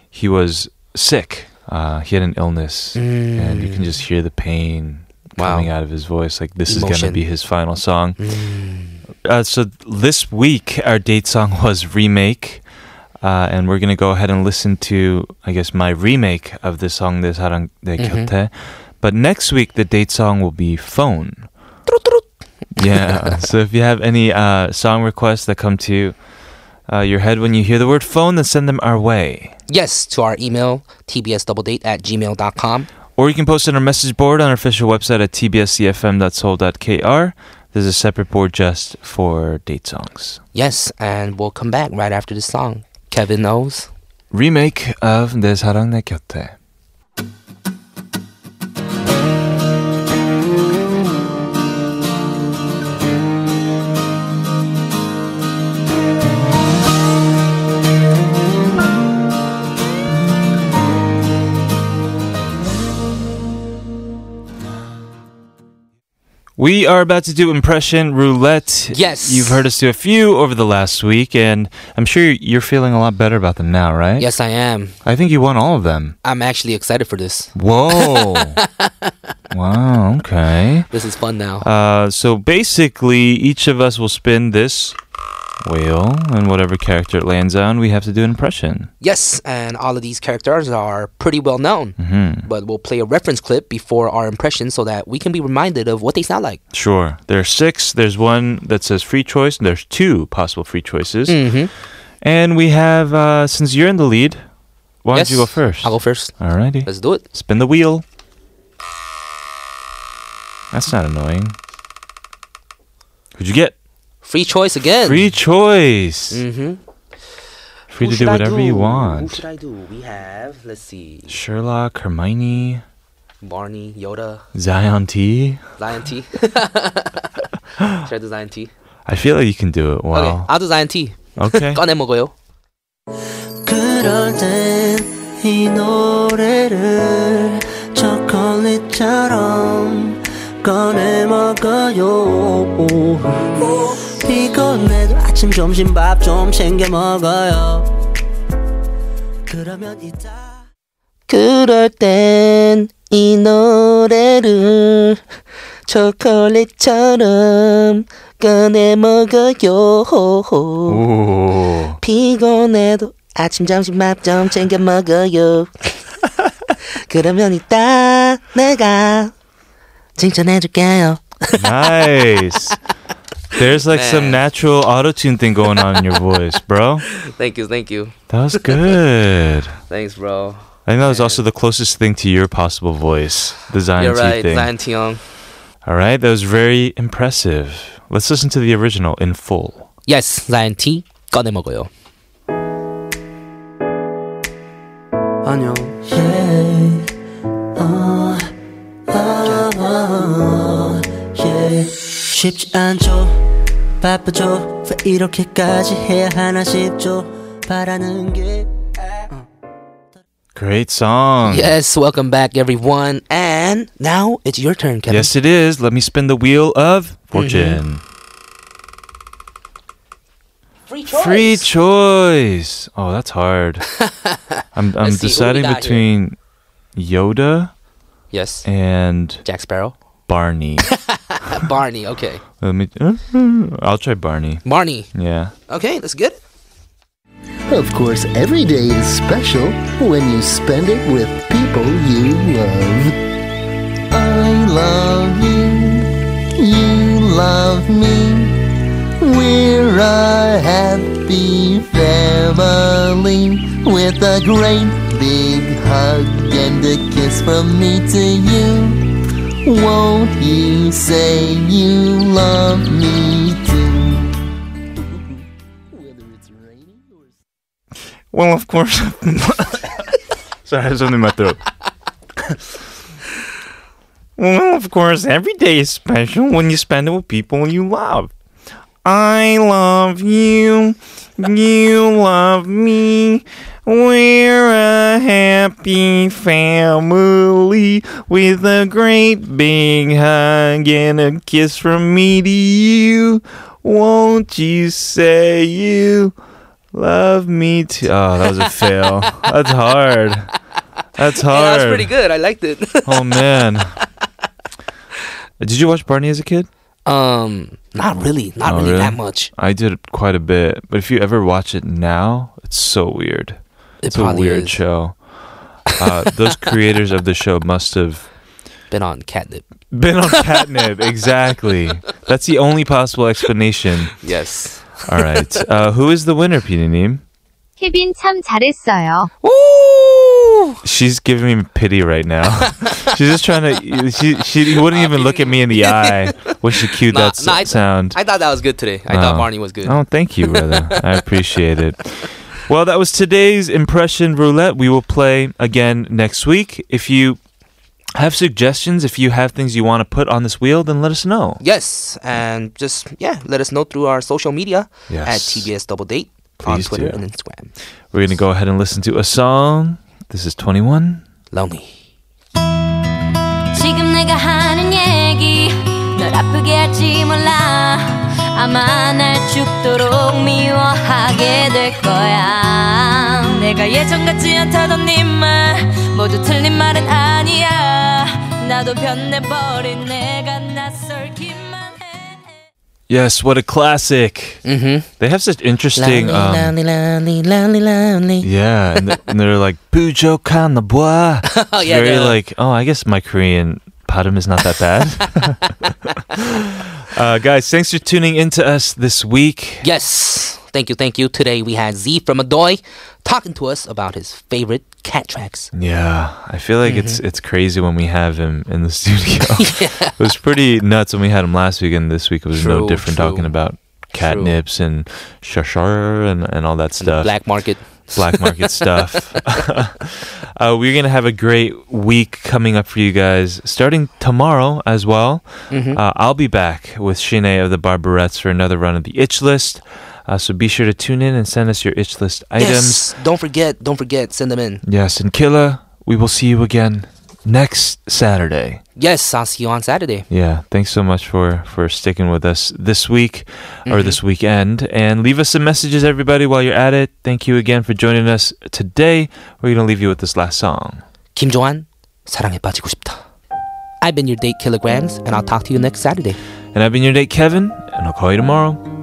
Speaker 2: he was sick. Uh, he had an illness, and you can just hear the pain
Speaker 3: Mm. Wow.
Speaker 2: coming out of his voice. Like this is
Speaker 3: Emotion.
Speaker 2: gonna be his final song.
Speaker 3: Mm.
Speaker 2: Uh, so this week our date song was remake, uh, and we're gonna go ahead and listen to I guess my remake of the song 내 사랑 내 곁에. But next week the date song will be phone. yeah. So if you have any uh, song requests that come to uh, your head when you hear the word phone, then send them our way.
Speaker 3: Yes, to our email, tbsdoubledate at gmail.com.
Speaker 2: Or you can post it on our message board on our official website at tbscfm.soul.kr. There's a separate board just for date songs.
Speaker 3: Yes, and we'll come back right after this song. Kevin knows.
Speaker 2: Remake of 내 사랑 내 곁에. We are about to do impression roulette.
Speaker 3: Yes.
Speaker 2: You've heard us do a few over the last week, and I'm sure you're feeling a lot better about them now, right?
Speaker 3: Yes, I am.
Speaker 2: I think you won all of them.
Speaker 3: I'm actually excited for this. [LAUGHS]
Speaker 2: Whoa. wow, okay.
Speaker 3: This is fun now.
Speaker 2: Uh, so basically, each of us will spin this wheel, and whatever character it lands on, we have to do an impression.
Speaker 3: Yes, and all of these characters are pretty well known.
Speaker 2: Mm-hmm.
Speaker 3: But we'll play a reference clip before our impression so that we can be reminded of what they sound like.
Speaker 2: Sure. There are six. There's one that says free choice, and there's two possible free choices.
Speaker 3: Mhm.
Speaker 2: And we have, uh, since you're in the lead, why
Speaker 3: yes.
Speaker 2: don't you go 1st
Speaker 3: I'll go first.
Speaker 2: Alrighty.
Speaker 3: Let's do it.
Speaker 2: Spin the wheel. That's not annoying. Who'd you get?
Speaker 3: Free choice again.
Speaker 2: Free choice.
Speaker 3: Mhm.
Speaker 2: Free to
Speaker 3: Who should
Speaker 2: do
Speaker 3: I
Speaker 2: whatever you
Speaker 3: do? Who
Speaker 2: want.
Speaker 3: should I do? We have, let's see,
Speaker 2: Sherlock, Hermione,
Speaker 3: Barney, Yoda,
Speaker 2: Zion T.
Speaker 3: Lion
Speaker 2: [LAUGHS]
Speaker 3: T. [LAUGHS] should I do Lion T?
Speaker 2: I feel like you can do it
Speaker 3: Okay,
Speaker 2: well.
Speaker 3: I'll do Lion T. [LAUGHS]
Speaker 2: Okay.
Speaker 3: 꺼내 먹어요.
Speaker 4: 그럴 땐 이 노래를 초콜릿처럼 꺼내 먹어요 피곤해도 아침 점심 밥 좀 챙겨 먹어요 그러면 이따
Speaker 3: 그럴 땐 이 노래를 초콜릿처럼 꺼내 먹어요. [LAUGHS]
Speaker 2: Ooh.
Speaker 3: 피곤해도 아침 점심 밥 좀 챙겨 먹어요. 그러면 이따 내가 칭찬해줄게요.
Speaker 2: Nice. There's like some natural auto tune thing going on in your voice, bro.
Speaker 3: Thank you, thank you,
Speaker 2: That was good.
Speaker 3: thanks, bro.
Speaker 2: I think that was also the closest thing to your possible voice, the Zion
Speaker 3: You're
Speaker 2: T
Speaker 3: right,
Speaker 2: thing.
Speaker 3: Zion Tiong.
Speaker 2: All right, that was very impressive. Let's listen to the original in full.
Speaker 3: Yes, Zion T 꺼내 먹어요.
Speaker 4: 안녕 쉽지 않죠 바쁘죠 왜 이렇게까지 해야 하나 싶죠 바라는 게
Speaker 2: Great song.
Speaker 3: Yes, welcome back, everyone. And now it's your turn, Kevin.
Speaker 2: Yes, it is. Let me spin the wheel of fortune.
Speaker 3: Mm-hmm. free choice.
Speaker 2: Free choice. Oh, that's
Speaker 3: [LAUGHS]
Speaker 2: hard. I'm, I'm
Speaker 3: Let's see, who we
Speaker 2: deciding
Speaker 3: got
Speaker 2: between Yoda
Speaker 3: yes,
Speaker 2: and
Speaker 3: Jack Sparrow. [LAUGHS]
Speaker 2: Barney.
Speaker 3: Barney, okay.
Speaker 2: Let me. [LAUGHS] I'll try Barney.
Speaker 3: Barney,
Speaker 2: Yeah.
Speaker 3: okay, that's good.
Speaker 10: Of course, every day is special when you spend it with people you love. I love you. You love me. We're a happy family with a great big hug and a kiss from me to you. Won't you say you love me too?
Speaker 2: Well, of course. [LAUGHS] Sorry, I had something in my throat. well, of course, every day is special when you spend it with people you love. I love you. You love me. We're a happy family with a great big hug and a kiss from me to you. Won't you say you love me too? Oh, that was a fail. That's hard. That's
Speaker 3: Yeah,
Speaker 2: hard.
Speaker 3: that's pretty good. I liked it. [LAUGHS]
Speaker 2: Oh man. Did you watch Barney as a kid?
Speaker 3: um, not really, not
Speaker 2: Oh,
Speaker 3: really,
Speaker 2: really?
Speaker 3: that much.
Speaker 2: I did quite a bit, but if you ever watch it now, it's so weird.
Speaker 3: It
Speaker 2: it's a
Speaker 3: probably
Speaker 2: weird
Speaker 3: is.
Speaker 2: show. Uh, those creators of the show must have
Speaker 3: Been on catnip.
Speaker 2: been on
Speaker 3: [LAUGHS]
Speaker 2: catnip. exactly. That's the only possible explanation.
Speaker 3: Yes.
Speaker 2: All right. Uh, who is the winner, Pinanim?
Speaker 11: 케빈 참 잘했어요.
Speaker 3: Woo!
Speaker 2: She's giving me pity right now. She's just trying to. She she wouldn't
Speaker 3: Uh,
Speaker 2: even look at me in the eye when she cued that s-
Speaker 3: nah, I th-
Speaker 2: sound.
Speaker 3: I thought that was good today. I thought
Speaker 2: Oh.
Speaker 3: Barney was good.
Speaker 2: Oh, thank you, brother. I appreciate it. Well, that was today's impression roulette. We will play again next week. If you have suggestions, if you have things you want to put on this wheel, then let us know.
Speaker 3: Yes, and just yeah, let us know through our social media at
Speaker 2: Yes.
Speaker 3: TBS Double Date on
Speaker 2: Please
Speaker 3: Twitter
Speaker 2: do.
Speaker 3: and Instagram.
Speaker 2: We're going to go ahead and listen to a song. This is 21.
Speaker 3: Lonely.
Speaker 12: 지금 내가 하는 얘기 널 아프게 할지 몰라 아마 날 죽도록 미워하게 될 거야 내가 예전 같지 않다던 네말 모두 틀린 말은 아니야 나도 변해버린 내가 낯설기만
Speaker 2: Yes, what a classic. Mm-hmm. They have such interesting. Um,
Speaker 3: lonely, lonely, lonely.
Speaker 2: yeah, and, th- and they're like, Bujokan the bois.
Speaker 3: Oh,
Speaker 2: It's
Speaker 3: yeah,
Speaker 2: very
Speaker 3: they're-
Speaker 2: like, oh, I guess my Korean padam is not that
Speaker 3: [LAUGHS]
Speaker 2: bad. [LAUGHS] uh, guys, thanks for tuning in to us this week.
Speaker 3: Yes, thank you, thank you. Today we had Z from Adoy talking to us about his favorite cat tracks.
Speaker 2: Yeah, I feel like it's
Speaker 3: Mm-hmm.
Speaker 2: it's crazy when we have him in the [LAUGHS]
Speaker 3: [LAUGHS]
Speaker 2: studio. It was pretty nuts when we had him last week, and this week it was no
Speaker 3: True,
Speaker 2: different.
Speaker 3: true.
Speaker 2: Talking about catnips and shashar and and all that stuff.
Speaker 3: Black Market.
Speaker 2: black market stuff. [LAUGHS] uh, we're gonna have a great week coming up for you guys, starting tomorrow as well. Uh, I'll be back with Shine of the Barberettes for another run of the Itch List. Uh, so be sure to tune in and send us your Itch List items.
Speaker 3: Yes, don't forget, don't forget, send them in.
Speaker 2: Yes, and Killa, we will see you again next Saturday.
Speaker 3: Yes, I'll see you on Saturday.
Speaker 2: Yeah, thanks so much for for sticking with us this week or this weekend, and leave us some messages, everybody, while you're at it. Thank you again for joining us today. We're gonna leave you with this last song.
Speaker 3: Kim Joan, 사랑에 빠지고 싶다. I've been your date kilograms, and I'll talk to you next Saturday.
Speaker 2: And I've been your date, Kevin, and I'll call you tomorrow.